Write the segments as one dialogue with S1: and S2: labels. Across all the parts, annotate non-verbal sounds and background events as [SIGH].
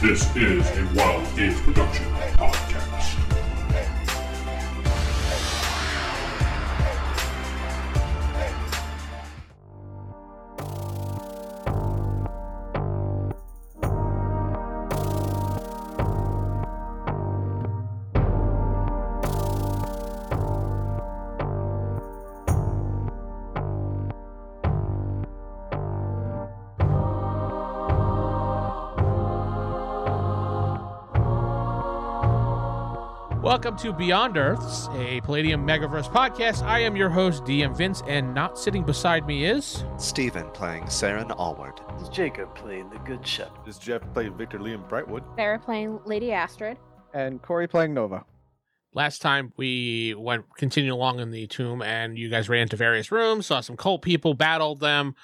S1: This is a Wild Age Production podcast.
S2: Welcome to Beyond Earths, a Palladium Megaverse podcast. I am your host, DM Vince, and not sitting beside me is.
S3: Steven playing Saren Allward.
S4: Is Jacob playing the Good Shepherd?
S5: Does Jeff play Victor Liam Brightwood?
S6: Sarah playing Lady Astrid.
S7: and Corey playing Nova.
S2: Last time we went continued along in the tomb, and you guys ran into various rooms, saw some cult people, battled them.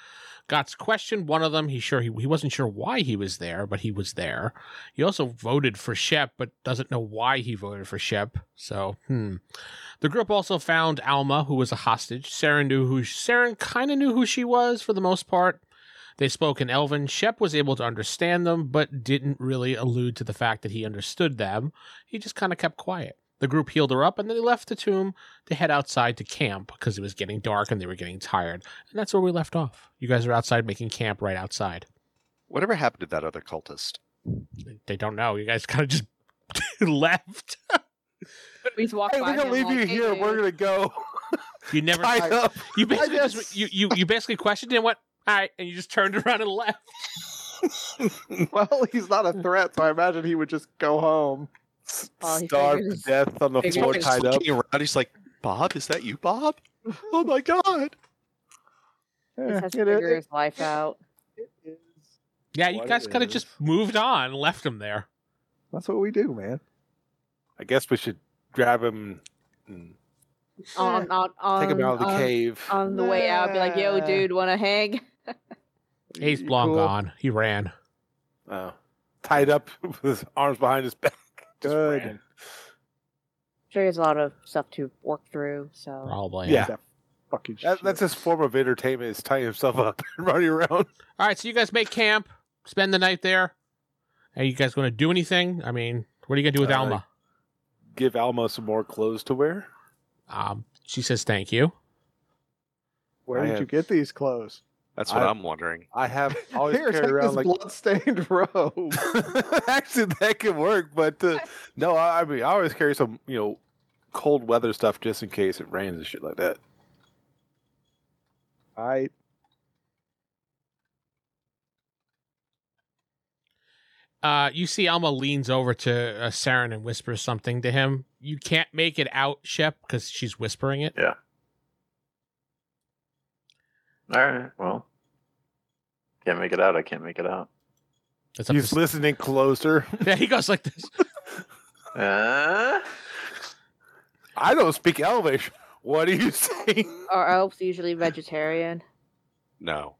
S2: Gotz questioned one of them. He sure he, he wasn't sure why he was there, but he was there. He also voted for Shep, but doesn't know why he voted for Shep. So, hmm. The group also found Alma, who was a hostage. Saren knew who Saren kind of knew who she was for the most part. They spoke in Elven. Shep was able to understand them, but didn't really allude to the fact that he understood them. He just kind of kept quiet. The group healed her up, and then they left the tomb to head outside to camp because it was getting dark and they were getting tired. And that's where we left off. You guys are outside making camp right outside.
S3: Whatever happened to that other cultist?
S2: They don't know. You guys kind of just [LAUGHS] left.
S6: We just walked by him like, "Hey, dude."
S5: gonna go.
S2: You [LAUGHS] never.
S5: Tied up.
S2: you basically
S5: guess-
S2: just, you, you you basically questioned and went all right, and you just turned [LAUGHS] around and left.
S7: [LAUGHS] Well, he's not a threat, so I imagine he would just go home.
S6: Oh, he
S5: Starved to
S6: figures-
S5: death on the
S6: figures
S5: floor,
S6: it's
S5: tied up.
S3: Looking around, he's like, Bob, is that you, Bob? Oh my god.
S6: He [LAUGHS]
S7: Yeah,
S6: has to
S7: it,
S6: figure
S7: it,
S6: his life out.
S7: it is.
S2: Yeah, you
S5: What
S2: guys
S5: it
S2: kind of
S5: is.
S2: just moved on, and left him there.
S7: That's what we do, man.
S5: I guess we should grab him and
S6: [LAUGHS] On, on, on,
S5: take him out of the
S6: on,
S5: cave.
S6: on the way out, be like, "Yo,
S7: Nah.
S6: dude, want to hang?"
S2: He's
S7: You
S2: long
S7: cool?
S2: gone. He ran.
S5: Oh. Tied up [LAUGHS] with his arms behind his back. Just
S7: Good.
S5: ran.
S6: Sure, he has a lot of stuff to work through. So
S2: Probably.
S5: Yeah.
S7: That fucking
S5: That,
S7: shit.
S5: that's his form of entertainment is tying himself [LAUGHS] up and running around.
S2: All right, so you guys make camp, spend the night there. Are you guys going to do anything? I mean, what are you going to do with
S5: Uh,
S2: Alma?
S5: Give Alma some more clothes to wear.
S2: Um, she says thank you.
S7: Where
S5: I
S7: did you
S5: have-
S7: get these [LAUGHS] clothes?
S3: That's what
S5: I-
S3: I, am wondering.
S5: I
S7: [LAUGHS]
S5: have always
S7: Here,
S5: carried
S7: take
S5: around
S7: this
S5: like
S7: blood-stained [LAUGHS] robe.
S5: [LAUGHS] Actually, that could work, but uh, no, I, I mean, I always carry some, you know, cold weather stuff just in case it rains and shit like that.
S7: I
S2: Uh, you see Alma leans over to uh, Saren and whispers something to him. You can't make it out, Shep, because she's whispering it.
S4: All right, well, can't make it out. I can't make it out.
S2: It's up
S5: He's
S2: to...
S5: listening closer. [LAUGHS]
S2: yeah, [LAUGHS] he goes like this.
S4: Uh,
S5: I don't speak Elvish. What are you [LAUGHS] saying?
S6: are elves usually vegetarian?
S3: No.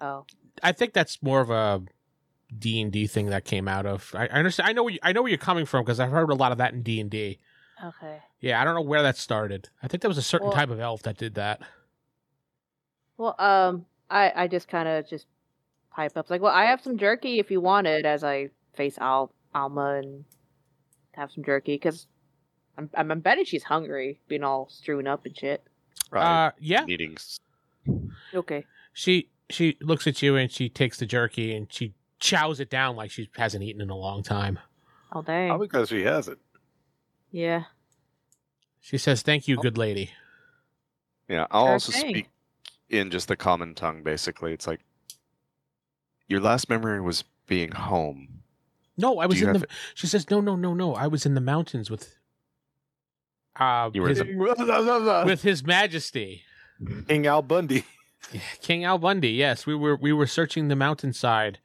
S6: Oh,
S2: I think that's more of a D and D thing that came out of. I, I understand. I know. Where you, I know where you're coming from because I've heard a lot of that in D and D.
S6: okay.
S2: Yeah, I don't know where that started. I think there was a certain
S6: Well-
S2: type of elf that did that.
S6: Well, um, I I just kind of just pipe up like, well, I have some jerky if you want it. As I face Al Alma and have some jerky because I'm I'm I'm betting she's hungry, being all strewn up and shit.
S3: Right.
S2: Uh, yeah,
S3: Meetings.
S6: Okay.
S2: she she looks at you and she takes the jerky and she chows it down like she hasn't eaten in a long time.
S6: Oh dang.
S5: Probably because she has it.
S6: yeah.
S2: She says, "Thank you, good lady."
S3: Yeah, I'll
S6: Sure
S3: also
S6: thing.
S3: speak in just the common tongue, basically. It's like, your last memory was being home.
S2: No, I
S3: Do
S2: was
S3: you
S2: in the.
S3: have-
S2: She says, "No, no, no, no. I was in the mountains with." Uh,
S3: You were-
S2: his, with His Majesty [LAUGHS]
S5: King Al Bundy.
S2: King Al Bundy. Yes, we were we were searching the mountainside.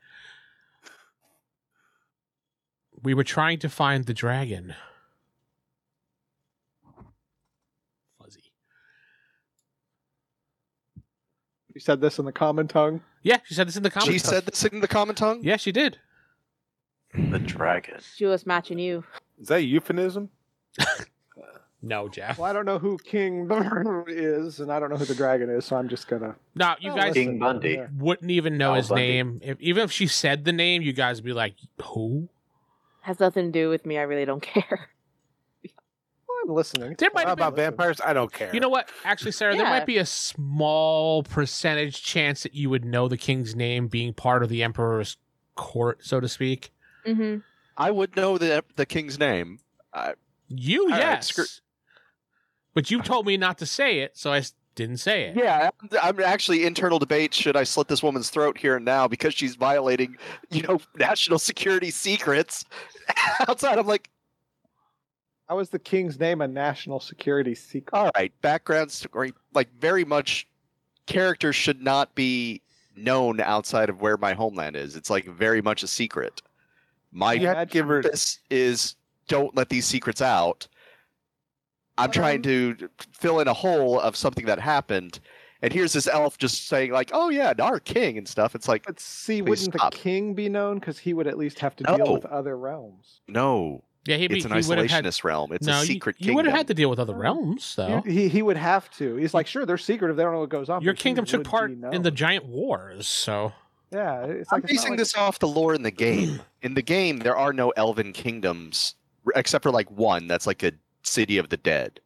S2: We were trying to find the dragon. Fuzzy.
S7: you said this in the common tongue.
S2: Yeah, she said this in the comments.
S3: She said this in the common tongue?
S2: Yeah, she did.
S4: the dragon.
S6: She was matching you.
S5: Is that a euphemism?
S2: No, Jeff.
S7: Well, I don't know who King [LAUGHS] is, and I don't know who the dragon is, so I'm just gonna.
S2: No, you
S7: Oh,
S2: guys
S7: listen,
S4: King Bundy.
S7: yeah.
S2: wouldn't even know
S4: Al
S2: his
S4: Bundy.
S2: name. If, even if she said the name, you guys would be like, who?
S6: has nothing to do with me. I really don't [LAUGHS] care.
S7: I'm listening.
S2: There might
S5: How
S2: have been
S5: about vampires? I don't care.
S2: You know what? Actually, Sarah, there
S6: Yeah.
S2: might be a small percentage chance that you would know the king's name being part of the emperor's court, so to speak.
S6: Mm-hmm.
S3: I would know the the king's name.
S2: You,
S3: right,
S2: yes.
S3: screw-
S2: But you told me not to say it, so I s- didn't say it.
S3: Yeah, I'm, I'm actually internal debate. Should I slit this woman's throat here and now because she's violating, you know, [LAUGHS] national security secrets? [LAUGHS] Outside, I'm like,
S7: How is the king's name a national security secret?
S3: all right, background story, like very much, characters should not be known outside of where my homeland is. It's like very much a secret. My
S5: you had to give her.
S3: purpose is don't let these secrets out. I'm trying to fill in a hole of something that happened, and here's this elf just saying like, "Oh yeah, our king" and stuff. It's like,
S7: But see,
S3: Please
S7: wouldn't
S3: stop.
S7: the king be known? Because he would at least have to
S3: No.
S7: deal with other realms.
S3: no,
S2: Yeah, he'd be,
S3: it's an
S2: he would have
S3: isolationist
S2: had.
S3: realm. It's
S2: no,
S3: a
S2: you-
S3: secret
S2: you,
S3: kingdom.
S2: would have had to deal with other realms, though.
S7: He, he, he would have to. He's like, sure, they're secretive. They don't know what goes on.
S2: Your
S7: but he
S2: kingdom took
S7: would be
S2: part in
S7: known.
S2: the giant wars, so
S7: Yeah, it's
S3: I'm
S7: like, it's not
S3: basing
S7: like-
S3: this off the lore in the
S7: [CLEARS THROAT]
S3: game. In the game, there are no elven kingdoms r- except for like one that's like a city of the dead.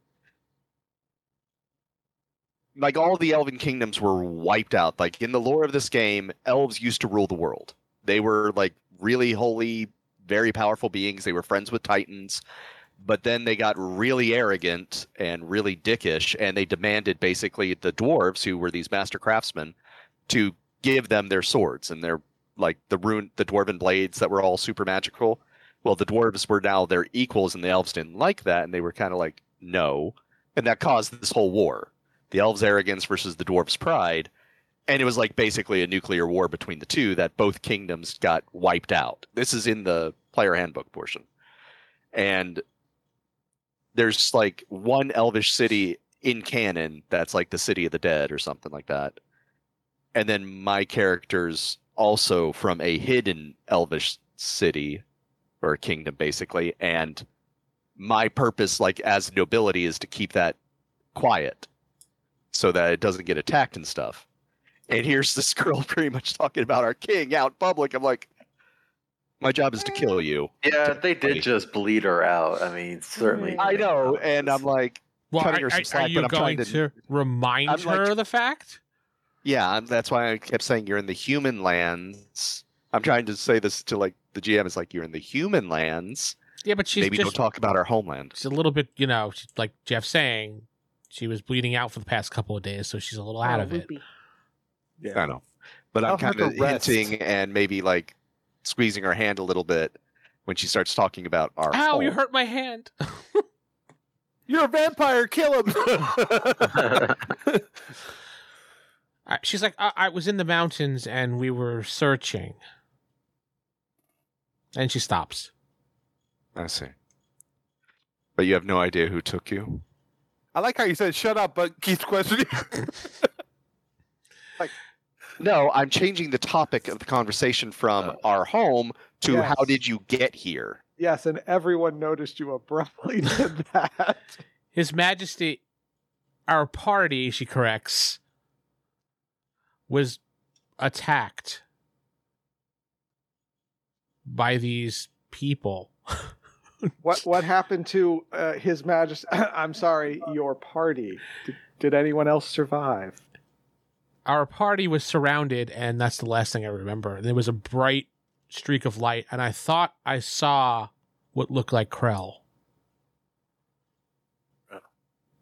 S3: Like all the elven kingdoms were wiped out. Like in the lore of this game, elves used to rule the world. They were like really holy, very powerful beings. They were friends with titans, but then they got really arrogant and really dickish, and they demanded basically the dwarves, who were these master craftsmen, to give them their swords and their like the rune the dwarven blades that were all super magical. Well, the dwarves were now their equals and the elves didn't like that and they were kind of like no. And that caused this whole war. The elves arrogance versus the dwarves pride. And it was like basically a nuclear war between the two that both kingdoms got wiped out. This is in the player handbook portion. And there's like one elvish city in canon that's like the city of the dead or something like that and then my character's also from a hidden elvish city or kingdom basically and my purpose like as nobility is to keep that quiet so that it doesn't get attacked and stuff and here's this [LAUGHS] girl pretty much talking about our king out in public i'm like my job is to kill you
S4: Yeah, they did just bleed her out. I mean, certainly.
S3: i know and i'm like
S2: well,
S3: Cutting
S2: are,
S3: her some
S2: are-
S3: slack,
S2: are
S3: but
S2: you
S3: I'm
S2: going
S3: trying
S2: to,
S3: to-
S2: remind
S3: I'm like-
S2: her the fact?
S3: Yeah, I'm, that's why I kept saying you're in the human lands. I'm trying to say this to like the GM is like you're in the human lands.
S2: Yeah, but she's
S3: Maybe
S2: just
S3: don't talk about our homeland.
S2: she's a little bit, you know, she- like Jeff saying, she was bleeding out for the past couple of days, so she's a little out
S6: Oh,
S2: of it.
S6: loopy.
S3: I know, but
S5: I'll
S3: I'm
S5: have
S3: kind of
S5: to rest.
S3: hinting and maybe like squeezing her hand a little bit when she starts talking about our.
S2: Ow, you
S3: home.
S2: hurt my hand.
S5: You're a vampire. Kill him. [LAUGHS]
S2: I- She's like, I, I was in the mountains and we were searching. And she stops.
S3: I see. But you have no idea who took you.
S5: I like how you said "shut up," but keeps questioning.
S3: No, I'm changing the topic of the conversation from
S4: Oh.
S3: our home to
S7: Yes.
S3: how did you get here.
S7: Yes, and everyone noticed you abruptly [LAUGHS] did that.
S2: His Majesty, our party, she corrects, was attacked by these people.
S7: What what happened to uh, His Majesty? [LAUGHS] I'm sorry, your party. Did, did anyone else survive?
S2: Our party was surrounded, and that's the last thing I remember. There was a bright streak of light, and I thought I saw what looked like Krell.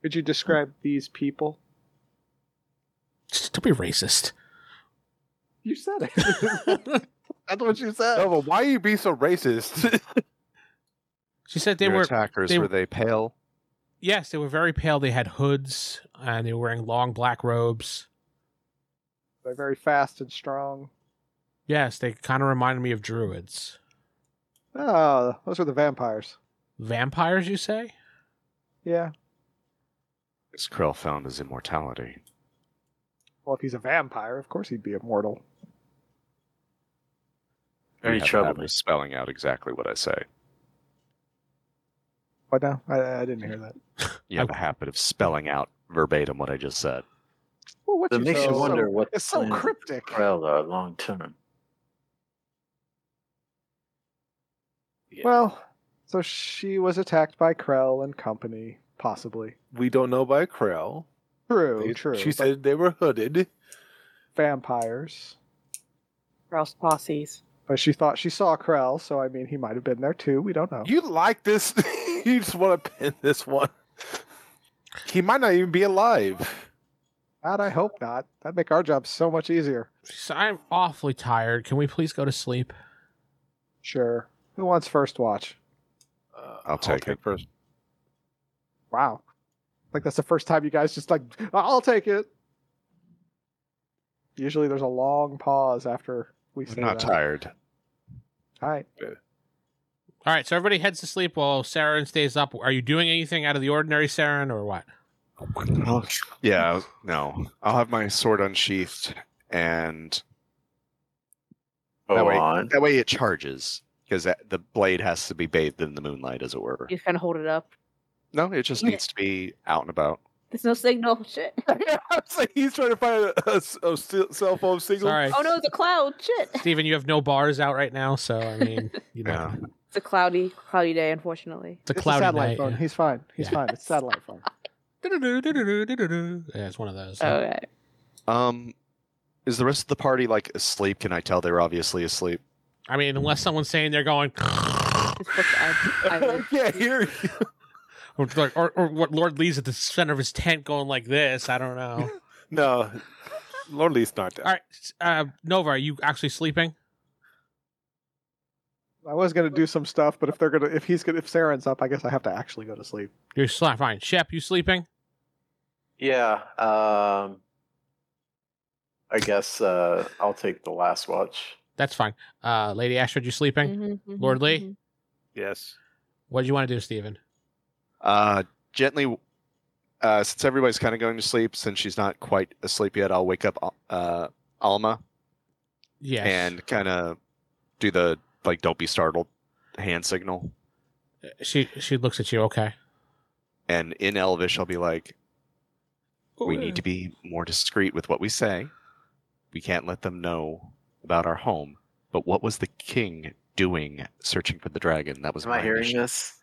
S7: Could you describe these people?
S2: Just Don't be racist.
S7: You said it. [LAUGHS] That's what you said.
S5: Nova, why you be so racist?
S2: she said they
S3: Your
S2: were
S3: attackers.
S2: they-
S3: were they pale?
S2: Yes, they were very pale. They had hoods and they were wearing long black robes.
S7: They're very fast and strong.
S2: Yes, they kind of reminded me of druids.
S7: Oh, those are the vampires.
S2: Vampires, you say?
S7: Yeah.
S3: Because Krell found his immortality.
S7: Well, if he's a vampire, of course he'd be immortal.
S4: Very
S3: You have a
S4: troubling.
S3: habit of spelling out exactly what I say.
S7: But no, I, I didn't hear that.
S3: You have a habit of spelling out verbatim what I just said.
S7: Well, what
S4: That makes
S7: said
S4: you
S7: is so-
S4: wonder what
S7: It's so
S4: plans
S7: cryptic.
S4: Krell are long term.
S5: Yeah.
S7: Well, so she was attacked by Krell and company, possibly.
S5: We don't know by Krell.
S7: True,
S5: They-
S7: true.
S5: She
S7: but
S5: said they were hooded.
S7: vampires,
S6: Rouse posses.
S7: but she thought she saw Krell, so I mean, he might have been there too. We don't know.
S5: You like this? [LAUGHS] you just want to pin this one. He might not even be alive.
S7: God, I hope not. That'd make our job so much easier.
S2: So I'm awfully tired. Can we please go to sleep?
S7: Sure. Who wants first watch?
S5: Uh,
S3: take it.
S5: first.
S7: Wow. Like that's the first time you guys just like I'll take it. Usually there's a long pause after we say
S3: I'm not
S5: [LAUGHS]
S7: that.
S3: tired.
S7: All right.
S2: All right, so everybody heads to sleep while Saren stays up. Are you doing anything out of the ordinary, Saren, or what?
S3: [CLEARS THROAT] Yeah, no. I'll have my sword unsheathed, and
S4: Go
S3: way-
S4: on.
S3: that way it charges because the blade has to be bathed in the moonlight, as it were.
S6: You just kind of hold it up.
S3: No, it just
S6: Yeah.
S3: needs to be out and about.
S6: There's no signal. [LAUGHS] Shit.
S5: It's like he's trying to find a, a s- a s- cell phone signal. [LAUGHS]
S2: Sorry,
S6: Oh no, it's a cloud. Shit.
S2: Steven, you have no bars out right now, so I mean, you know,
S3: Yeah.
S6: It's a cloudy, cloudy day. Unfortunately,
S2: it's a
S7: It's a
S2: cloudy
S7: satellite
S2: night.
S7: phone.
S2: yeah.
S7: He's fine. He's
S2: Yeah.
S7: fine. It's
S2: [LAUGHS]
S7: a satellite phone.
S2: Do-do-do, do-do-do, do-do-do. Yeah, it's one of those.
S6: okay.
S3: Um, is the rest of the party like asleep? Can I tell they're obviously asleep?
S2: I mean, unless someone's saying they're going, [LAUGHS]
S6: Just look at- I would-
S5: yeah, here.
S2: or, or, or what Lord Lee's at the center of his tent going like this. I don't know.
S5: No, Lord Lee's not there.
S2: All right, s- uh, Nova, are you actually sleeping?
S7: I was gonna do some stuff, but if they're gonna if he's gonna if Saren's up, I guess I have to actually go to sleep.
S2: You're sli- fine. Shep, you sleeping?
S4: Yeah. Um, I guess uh, I'll take the last watch.
S2: That's fine. Uh, Lady Ashford, you sleeping?
S6: Mhm, mhm,
S2: Lord Lee?
S6: mhm.
S5: Yes.
S2: What do you want to do, Steven?
S3: Uh, gently. Uh, since everybody's kind of going to sleep, since she's not quite asleep yet, I'll wake up uh, Alma
S2: Yes.
S3: and kind of do the like "don't be startled" hand signal.
S2: she she looks at you. Okay.
S3: And in Elvish, I'll be like, "We need to be more discreet with what we say. We can't let them know about our home." But what was the king doing searching for the dragon? That was
S4: Am I
S3: my
S4: hearing
S3: mission.
S4: this?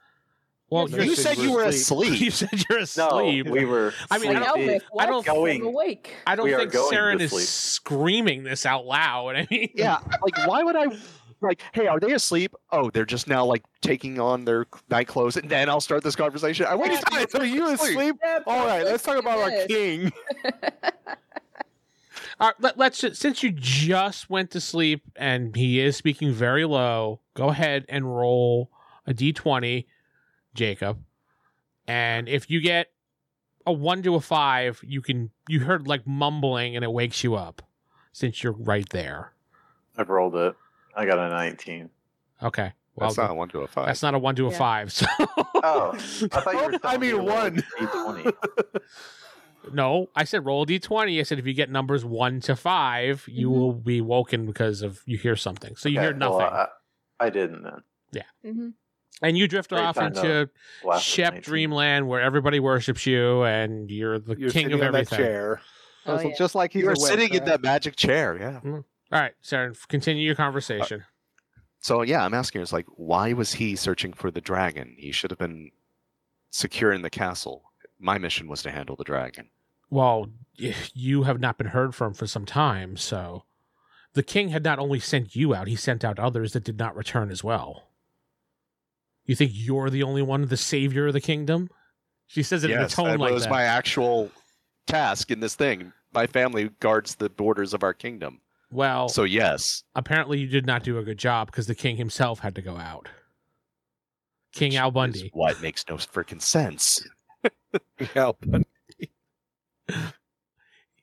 S2: Well,
S7: Yeah,
S2: you're,
S3: You said you
S2: [LAUGHS]
S3: were
S2: you
S3: asleep.
S2: said you're
S4: No,
S2: asleep.
S4: we were.
S2: I mean, I
S4: sleepy.
S2: don't-
S6: Elvis,
S2: I
S6: what?
S2: don't-
S4: Going.
S6: I'm awake.
S2: I don't
S4: We are
S2: think
S4: going to
S2: Saren is
S4: sleep.
S2: screaming this out loud. [LAUGHS] I mean,
S3: Yeah, like why would I? Like, hey, are they asleep? Oh, they're just now like taking on their night clothes, and then I'll start this conversation. I
S5: Wait
S3: waited.
S5: a
S3: [LAUGHS]
S5: minute, so you asleep? All right, let's talk about our king.
S2: All right, let, let's just, since you just went to sleep and he is speaking very low, go ahead and roll a d20, Jacob. And if you get a one to a five, you can you heard like mumbling and it wakes you up since you're right there.
S4: I've rolled it. I got a 19.
S2: Okay, well
S3: That's not a one to a five.
S2: that's not a one to a
S6: Yeah.
S2: five. [LAUGHS] So
S4: Oh, I thought you were
S5: Oh, I
S4: telling me to
S5: mean,
S4: roll
S5: one.
S4: D20.
S2: no, I said roll a d20. I said if you get numbers one to five, you
S6: Mhm.
S2: will be woken because of you hear something. So [LAUGHS] you hear
S4: Okay, well,
S2: nothing,
S4: I, I didn't then.
S6: Mhm.
S2: and you drift
S4: Great
S2: off
S4: time to
S2: into.
S4: Last
S2: Shep
S4: 19.
S2: Dreamland, where everybody worships you and you're the
S5: You're
S2: king
S5: sitting
S2: of
S5: on that
S2: everything.
S5: chair.
S6: Oh,
S7: So
S6: yeah.
S7: Just like he's
S3: You're
S7: awake,
S3: sitting in
S7: right?
S3: that magic chair. Yeah.
S2: All right, Saren, f- continue your conversation.
S3: So yeah, I'm asking. It's like, why was he searching for the dragon? He should have been secure in the castle. My mission was to handle the dragon.
S2: well, y- you have not been heard from for some time, so the king had not only sent you out, he sent out others that did not return as well. You think you're the only one, the savior of the kingdom? She says it in a tone
S3: that
S2: like
S3: was
S2: that.
S3: my actual task in this thing. My family guards the borders of our kingdom.
S2: well,
S3: So yes,
S2: apparently you did not do a good job because the king himself had to go out. King Al
S3: is
S2: Bundy.
S3: why it makes no freaking sense. [LAUGHS]
S5: Yeah, but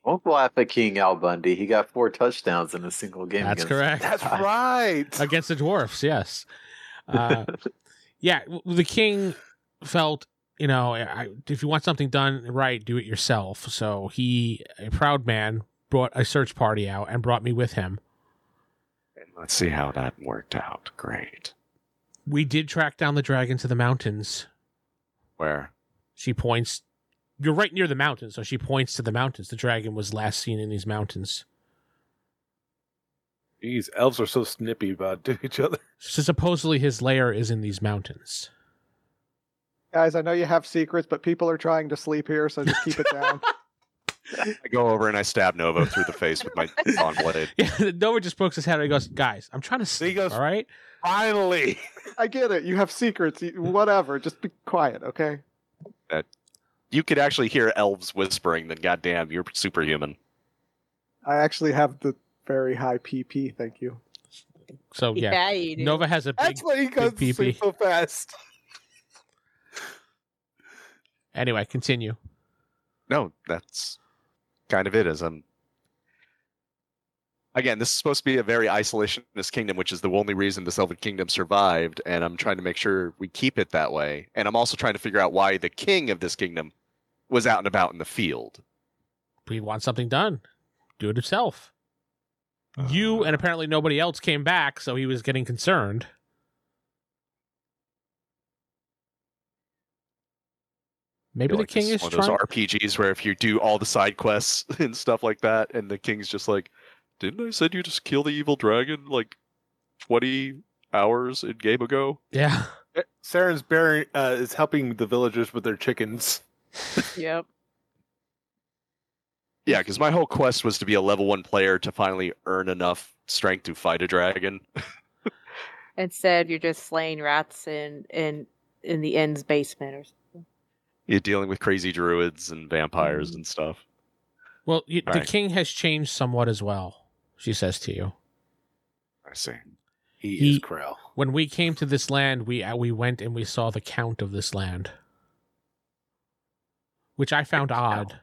S4: Don't laugh at King Al Bundy. He got four touchdowns in a single game.
S2: That's
S4: against-
S2: correct.
S5: that's right.
S2: [LAUGHS] against the dwarfs. Yes, uh, yeah. w- The king felt, you know, I, if you want something done right, do it yourself. So he, a proud man, brought a search party out and brought me with him.
S3: And let's see how that worked out. Great.
S2: We did track down the dragon to the mountains.
S3: Where?
S2: She points. You're right near the mountains, so she points to the mountains. The dragon was last seen in these mountains.
S5: Jeez, elves are so snippy about [LAUGHS] each other.
S2: So supposedly his lair is in these mountains. [LAUGHS]
S7: Guys, I know you have secrets, but people are trying to sleep here, so just keep it
S2: [LAUGHS]
S7: down.
S3: I go over and I stab Novo through the face with [LAUGHS] my long blade.
S2: Yeah, Nova just pokes his head and he goes, "Guys, I'm trying to sleep.
S5: goes-
S2: all right,
S5: Finally,
S7: I get it. You have secrets. You, whatever. Just be quiet, okay?
S3: You could actually hear elves whispering. Then, goddamn, you're superhuman.
S7: I actually have the very high PP. Thank you.
S6: [LAUGHS]
S2: So Oh, yeah,
S6: you do.
S2: Nova has a big.
S5: that's why he goes to
S2: pee-pee.
S5: sleep so fast.
S2: Anyway, continue.
S3: No, that's kind of it. As I'm again, this is supposed to be a very isolationist kingdom, which is the only reason this elven kingdom survived. And I'm trying to make sure we keep it that way. And I'm also trying to figure out why the king of this kingdom was out and about in the field.
S2: He wants something done. Do it himself.
S5: Uh-huh.
S2: you and apparently nobody else came back, so he was getting concerned. Maybe
S3: feel
S2: the
S3: like
S2: king is
S3: this one of
S2: trying.
S3: those RPGs where if you do all the side quests [LAUGHS] and stuff like that, and the king's just like, "Didn't I said you just kill the evil dragon like twenty hours in game ago?"
S2: yeah.
S7: Eh,
S5: Saren's bearing uh, is helping the villagers with their chickens.
S6: Yep.
S3: Yeah, because my whole quest was to be a level one player to finally earn enough strength to fight a dragon. [LAUGHS]
S6: Instead, you're just slaying rats in in in the inn's basement or something.
S3: You're dealing with crazy druids and vampires and stuff.
S2: Well, you, the
S3: Right.
S2: king has changed somewhat as well. She says to you,
S5: I see. He,
S2: He-
S5: is Krell.
S2: "When we came to this land, we uh, we went and we saw the count of this land, which I found odd."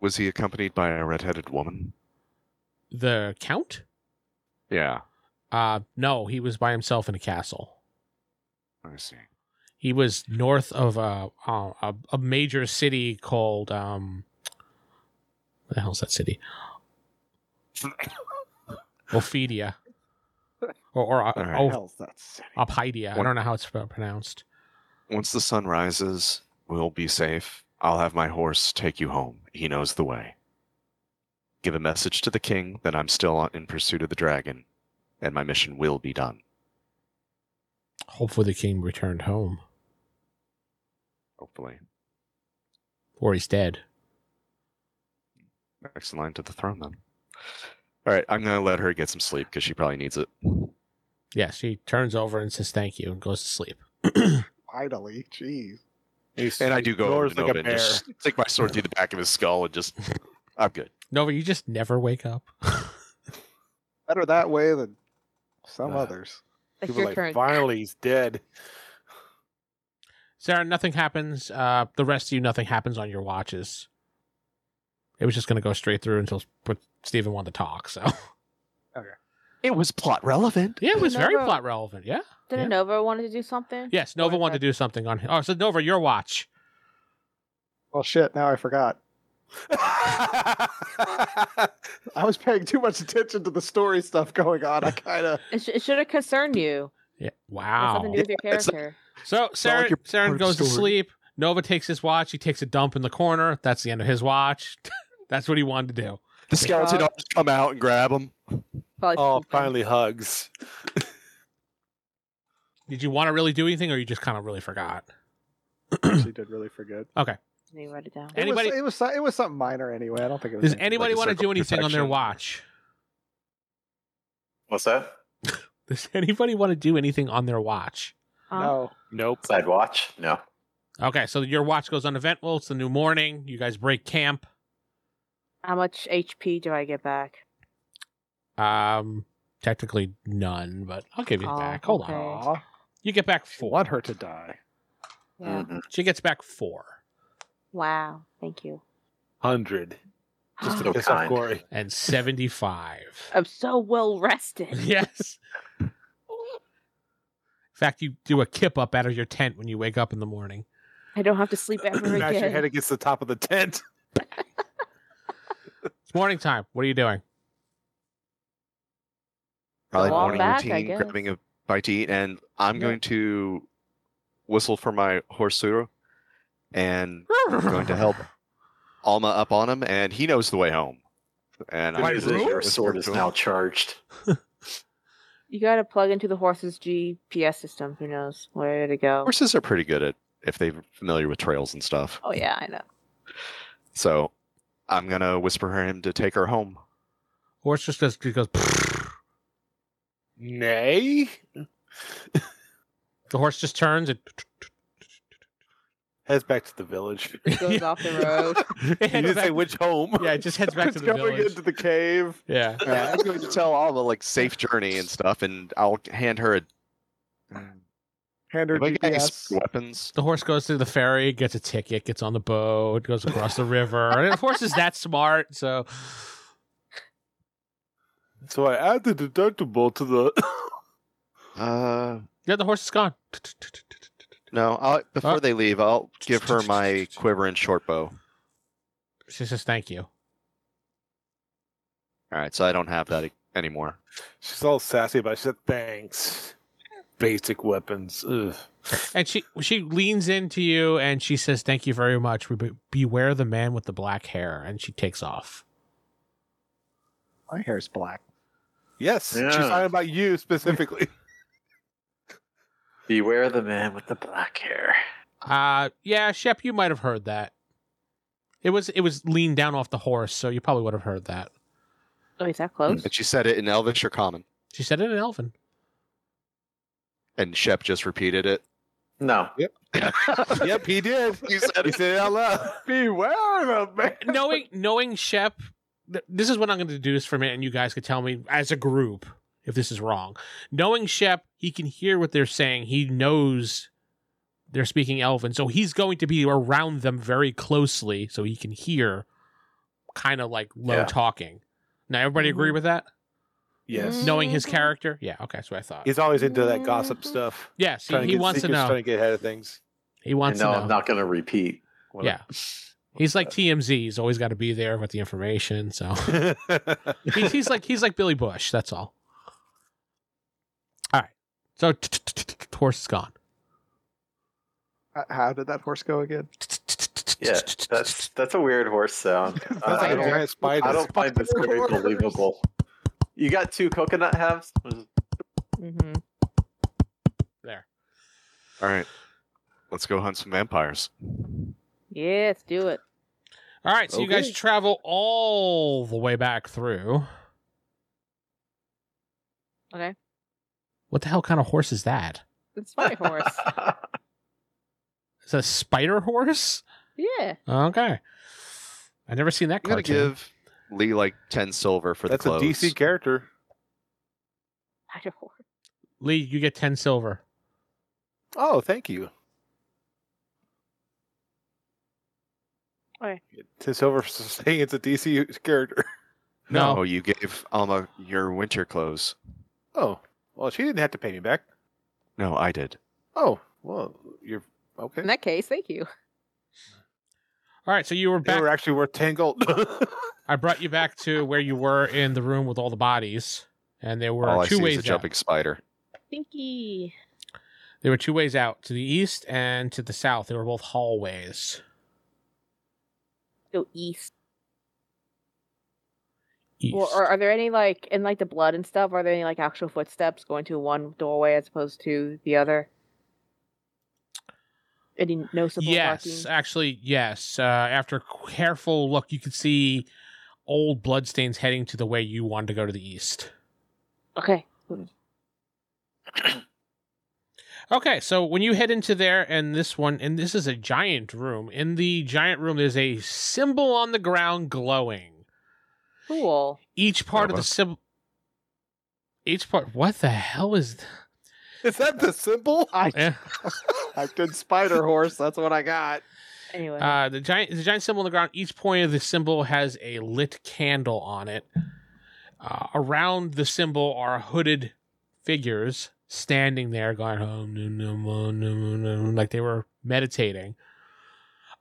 S3: Was he accompanied by a redheaded woman?
S2: The count?
S3: Yeah,
S2: Uh no, he was by himself in a castle.
S3: I see.
S2: he was north of a a, a- a major city called um what the hell's that city ophidia or, or uh,
S3: All right.
S2: O-
S7: Hell's that city.
S2: ophidia i don't know how it's pro- pronounced
S3: Once the sun rises, we'll be safe. I'll have my horse take you home. He knows the way. Give a message to the king that I'm still on- in pursuit of the dragon, and my mission will be done.
S2: hopefully the king returned home
S3: Hopefully.
S2: or he's dead
S3: Next in line to the throne, then. All right, I'm going to let her get some sleep because she probably needs it.
S2: yeah she turns over and says thank you and goes to sleep
S7: Finally. Jeez.
S3: And I do go over
S5: Roars
S3: to Nova and just take my sword through the back of his skull and [LAUGHS] just, I'm good.
S2: nova you just never wake up [LAUGHS]
S7: Better that way than some
S5: Uh,
S7: others.
S6: Like
S5: People are
S6: your
S5: like,
S6: current.
S5: finally, he's [LAUGHS] dead.
S2: sarah nothing happens uh the rest of you nothing happens on your watches it was just going to go straight through until but Stephen wanted to talk so
S3: It was plot relevant.
S2: Yeah, it was very
S6: Nova-
S2: plot relevant. Yeah.
S6: Did
S2: Yeah.
S6: Nova wanted to do something?
S2: Yes, Nova
S6: Like
S2: wanted to
S6: that.
S2: do something on. Oh, so Nova, your watch.
S7: Well, shit. Now I forgot. I was paying too much attention to the story stuff going on. I kind of.
S6: It, sh- it should have concerned you.
S2: Yeah.
S6: It had
S2: Wow.
S6: something to do with your
S3: Yeah, it's like-
S6: character.
S2: So Sarah,
S3: like you're part
S2: Sarah
S3: of
S2: goes
S3: the
S2: to
S3: story.
S2: sleep. Nova takes his watch. He takes a dump in the corner. That's the end of his watch. [LAUGHS] That's what he wanted to do.
S3: The skeleton arms come out and grab him.
S6: Probably
S5: oh,
S6: sleeping.
S5: finally hugs.
S2: Did you want to really do anything, or you just kind of really forgot?
S7: Actually, did really forget.
S6: Let me write it down.
S7: It was-
S2: Anybody-
S7: It was, it was something minor anyway. I don't think it was.
S2: Does anybody
S3: a
S2: want to
S3: circle
S2: do
S3: of
S2: anything on their
S3: protection.
S2: watch?
S4: [LAUGHS] What's that?
S2: Does [LAUGHS] anybody want to do anything on their watch?
S6: Huh?
S7: No.
S6: [LAUGHS]
S5: Nope.
S4: Side watch? No.
S2: Okay, so your watch goes uneventful. It's the new morning. You guys break camp.
S6: How much HP do I get back?
S2: Um, technically none, but I'll give you it
S6: Oh,
S2: back. Hold on.
S6: okay.
S7: Aw,
S2: You get back
S7: I
S2: four.
S7: want her to die.
S6: Yeah.
S4: Mhm.
S2: She gets back four,
S6: Wow. Thank you.
S5: Hundred. Just
S4: So
S5: to piss off
S4: kind.
S5: Corey.
S2: and 75.
S6: [GASPS] [LAUGHS] I'm so
S2: [LAUGHS]
S6: well rested.
S2: yes. In fact, you do a kip up out of your tent when you wake up in the morning.
S6: I don't have
S2: [CLEARS THROAT]
S6: to sleep ever
S5: Smash your head
S6: again.
S5: against the top of the tent.
S2: It's morning time. What are you doing?
S3: Probably
S6: Go on
S3: morning
S6: back, I
S3: routine,
S6: guess.
S3: grabbing a bite to eat, and I'm
S2: Yeah.
S3: going to whistle for my horse Suro
S6: [LAUGHS]
S3: and going to help Alma up on him, and he knows the way home. and
S5: My
S3: I'm
S4: Good news is your
S5: room?
S4: sword is now charged.
S6: You gotta plug into the horse's GPS system. Who knows where to go?
S3: horses are pretty good at if they're familiar with trails and stuff.
S6: Oh yeah, I know.
S3: So I'm gonna whisper him to take her home.
S2: Horse just goes, it goes
S5: Nay.
S2: the horse just turns and [LAUGHS]
S5: Heads back to the village. [LAUGHS]
S6: Goes off
S7: [LAUGHS]
S6: the road.
S2: you
S5: you didn't say which home.
S2: [LAUGHS] yeah, it just heads back to
S7: It's
S2: the
S7: going
S2: village.
S7: into the cave.
S2: Yeah.
S3: Yeah, I'm going to tell Alma like safe journey and stuff, and I'll hand her a
S7: Hand her
S3: Have I got any
S7: GPS.
S3: weapons.
S2: The horse goes to the ferry, gets a ticket, gets on the boat, goes across the river. And the horse is that smart, so
S5: So I add the deductible to the. [LAUGHS]
S3: Uh,
S2: yeah, the horse is gone.
S3: no. I'll, before
S2: Oh.
S3: they leave, I'll give her my quiver and short bow.
S2: She says, "Thank you."
S3: All right, so I don't have that e- anymore.
S5: She's all sassy about. It. She said thanks. Basic weapons. Ugh.
S2: And she she leans into you and she says, "Thank you very much. We be- beware the man with the black hair." And she takes off.
S7: My hair's black.
S5: Yes.
S4: Yeah.
S5: She's talking about you specifically.
S4: Beware the man with the black hair.
S2: Uh yeah, Shep, you might have heard that. It was it was leaned down off the horse, so you probably would have heard that.
S6: Oh, is that close?
S3: And she said it in Elvish or Common,
S2: She said it in Elven.
S3: and Shep just repeated
S5: [LAUGHS]
S3: it.
S4: No.
S5: [LAUGHS] yep, he did.
S3: You said
S5: He said it out loud.
S7: Beware the man.
S2: knowing knowing Shep, th- this is what I'm going to deduce from it, and you guys could tell me as a group if this is wrong. Knowing Shep, he can hear what they're saying. He knows they're speaking Elven, so he's going to be around them very closely, so he can hear kind of like low
S4: Yeah.
S2: talking. Now, everybody agree with that?
S5: Yes.
S6: No.
S2: Knowing his
S6: Mhm.
S2: character, yeah, okay, that's what I thought.
S5: He's always into that gossip stuff.
S2: yes, he, he
S5: get
S2: wants to
S5: secrets,
S2: know.
S5: Trying to get ahead of [LAUGHS] things.
S2: He wants
S4: And
S2: to
S4: no,
S2: know.
S4: I'm not going to repeat. what
S2: Yeah. He's like TMZ. He's always got to be there with the information. So he's, he's like he's like Billy Bush. That's all. All right. So horse is gone.
S7: Uh, How did that horse go again?
S4: Yeah, that's that's a weird
S2: [LAUGHS]
S4: horse sound. I,
S5: Sounds
S4: I
S5: like a
S4: don't,
S5: giant spider.
S4: I don't find this very
S7: horse.
S4: believable. You got two coconut halves. [LAUGHS]
S2: Mm.
S6: Mm-hmm.
S2: There.
S3: All right, let's go hunt some vampires.
S6: Yeah, let's do it.
S2: All right. So you guys
S5: Okay.
S2: travel all the way back through.
S6: Okay.
S2: What the hell kind of horse is that?
S6: It's
S2: [LAUGHS]
S6: my horse.
S2: Is that a spider horse?
S6: Yeah.
S2: Okay. I never seen that
S3: I'm gonna
S2: cartoon.
S3: give Lee like ten silver for
S5: That's
S3: the
S5: a
S3: clothes.
S5: DC character.
S6: Spider horse.
S2: Lee, you get ten silver.
S5: Oh, thank you.
S6: Okay.
S5: To Silver for saying it's a DC character. [LAUGHS]
S2: No.
S8: Oh,
S3: No, you gave Alma your winter clothes.
S5: Oh, well, she didn't have to pay me back.
S3: No, I did.
S5: Oh, well, you're okay.
S6: In that case, thank you.
S2: All right. So you were
S5: They
S2: back.
S5: were actually worth ten gold. [LAUGHS]
S2: I brought you back to where you were in the room with all the bodies, and there were
S3: All I
S2: two
S3: see
S2: ways
S3: is a
S2: out.
S3: jumping spider.
S6: Stinky.
S2: There were two ways out to the east and to the south. They were both hallways.
S6: Go east.
S2: East.
S6: Well, or are there any like in like the blood and stuff? Are there any like actual footsteps going to one doorway as opposed to the other? Any noticeable
S2: yes,
S6: markings?
S2: actually, yes. Uh, after careful look, you could see old bloodstains heading to the way you wanted to go to the east.
S6: Okay.
S2: Okay, so when you head into there and this one, and this is a giant room. In the giant room, there's a symbol on the ground glowing.
S6: Cool.
S2: Each part of the
S3: Nova.
S2: symbol. Each part. What the hell is? th-
S5: Is that the symbol?
S7: I
S2: Eh.
S7: typed in spider horse. That's what I got.
S6: Anyway.
S2: Uh, the giant the giant symbol on the ground. Each point of the symbol has a lit candle on it. Uh, around the symbol are hooded figures standing there, going home, no, no, no, no, no, no," like they were meditating.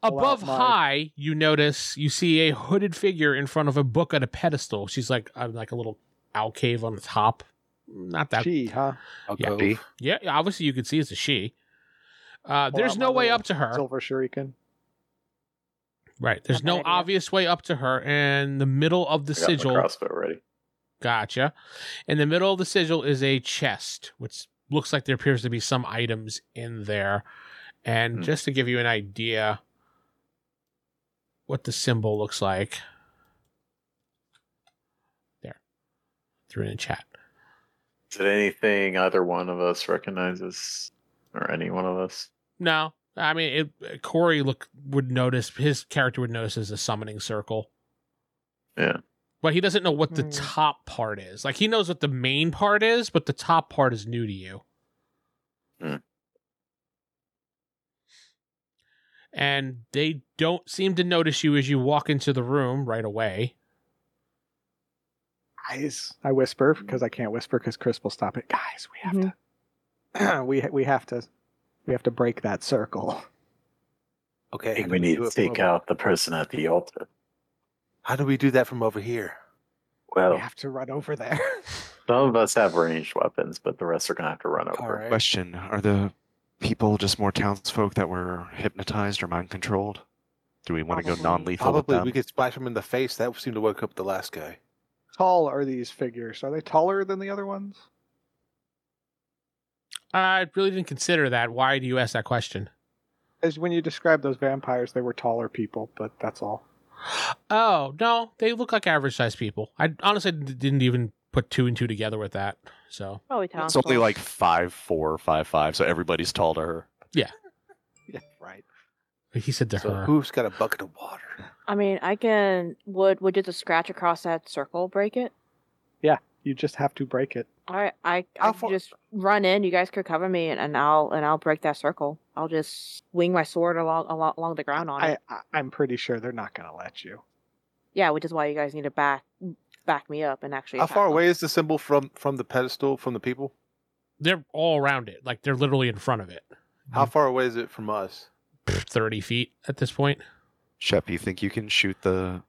S7: Pull out
S2: Above
S7: my-
S2: high, you notice you see a hooded figure in front of a book on a pedestal. She's like uh, like a little alcave on the top. Not that
S7: Gee, huh?
S2: Yeah.
S5: Okay.
S2: yeah, obviously you can see it's a she. Uh,
S7: Pull
S2: there's
S7: out my
S2: no way
S7: little
S2: up to her.
S7: Silver shuriken.
S2: Right. There's
S6: Have
S2: no
S6: an idea.
S2: obvious way up to her, and the middle of the
S4: I got my
S2: sigil.
S4: crossbow ready.
S2: Gotcha. In the middle of the sigil is a chest, which looks like there appears to be some items in there. And
S4: Hmm.
S2: just to give you an idea what the symbol looks like. There. Threw it in chat.
S4: Is it anything either one of us recognizes, or any one of us?
S2: No. I mean, it, Corey look would notice his character would notice as a summoning circle.
S4: Yeah.
S2: but he doesn't know what the
S7: Hmm.
S2: top part is. Like he knows what the main part is, but the top part is new to you.
S4: Hmm.
S2: And they don't seem to notice you as you walk into the room right away.
S7: guys i whisper because i can't whisper because chris will stop it guys we have to [CLEARS THROAT] we we have to we have to break that circle
S5: Okay.
S4: I think we need to
S5: do it from
S4: take
S5: over-
S4: out the person at the altar.
S5: How do we do that from over here?
S7: we
S4: Well,
S7: have to run over there [LAUGHS]
S4: some of us have ranged weapons, but the rest are gonna have to run
S5: All
S4: over.
S5: right.
S8: Question Are the people just more townsfolk that were hypnotized or mind controlled? Do we want to go
S6: Probably.
S8: non lethal with
S5: Probably
S8: them?
S5: we could splash him in the face. That seemed to wake up the last guy.
S7: tall are these figures are they taller than the other ones
S2: I really didn't consider that. Why do you ask that question?
S7: as when you described those vampires they were taller people but that's all
S2: Oh, no, they look like average sized people. I honestly d- didn't even put two and two together with that. So,
S6: Probably Tom.
S8: It's only like five four, five five, so everybody's tall to her.
S5: Yeah, right.
S2: he said to
S5: So
S2: her.
S5: who's got a bucket of water?
S6: I mean, I can. Would would just a scratch across that circle break it?
S7: you just have to break it
S6: All right, I
S5: How
S6: I
S5: far-
S6: can just run in. You guys could cover me, and, and I'll and I'll break that circle. I'll just swing my sword along along, along the ground on it.
S7: I, I i'm pretty sure they're not gonna let you
S6: Yeah, which is why you guys need to back back me up and actually.
S5: How
S6: attack
S5: far
S6: them.
S5: away is the symbol from from the pedestal from the people?
S2: They're all around it. Like they're literally in front of it.
S5: How
S2: Mm-hmm.
S5: far away is it from us?
S2: 30 feet at this point.
S8: Shep, you think you can shoot the.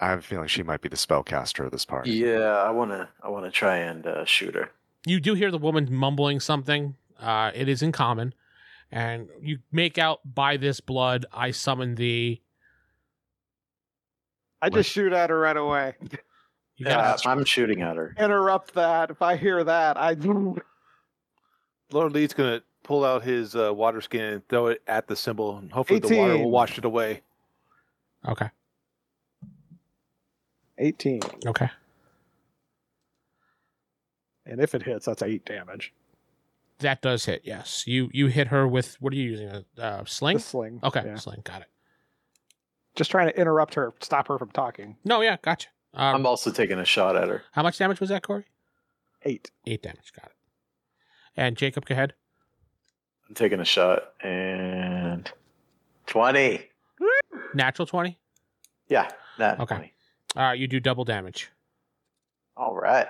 S8: I have a feeling she might be the spellcaster of this party.
S4: Yeah, I wanna, I wanna try and uh, shoot her.
S2: you do hear the woman mumbling something. Uh, it is in common, and you make out by this blood. I summon thee.
S7: i just shoot at her right away
S2: You
S4: Yeah,
S2: got
S4: I'm shooting at her.
S7: interrupt that if i hear that i [LAUGHS]
S5: Lord Lee's gonna pull out his uh, water skin and throw it at the symbol, and hopefully the water
S7: 18.
S5: will wash it away.
S2: okay.
S7: 18
S2: Okay.
S7: and if it hits that's eight damage
S2: That does hit. Yes, you you hit her with what are you using a uh,
S7: The
S2: sling?
S7: sling
S2: Okay,
S7: yeah.
S2: sling. Got it.
S7: just trying to interrupt her stop her from talking
S2: No, yeah, gotcha. Um,
S4: I'm also taking a shot at her.
S2: how much damage was that, Corey?
S7: eight
S2: Eight damage. Got it. And Jacob, go ahead.
S4: I'm taking a shot and twenty.
S2: Natural twenty.
S4: Yeah, that.
S2: Okay.
S4: 20.
S2: Uh, you do double damage.
S4: All right.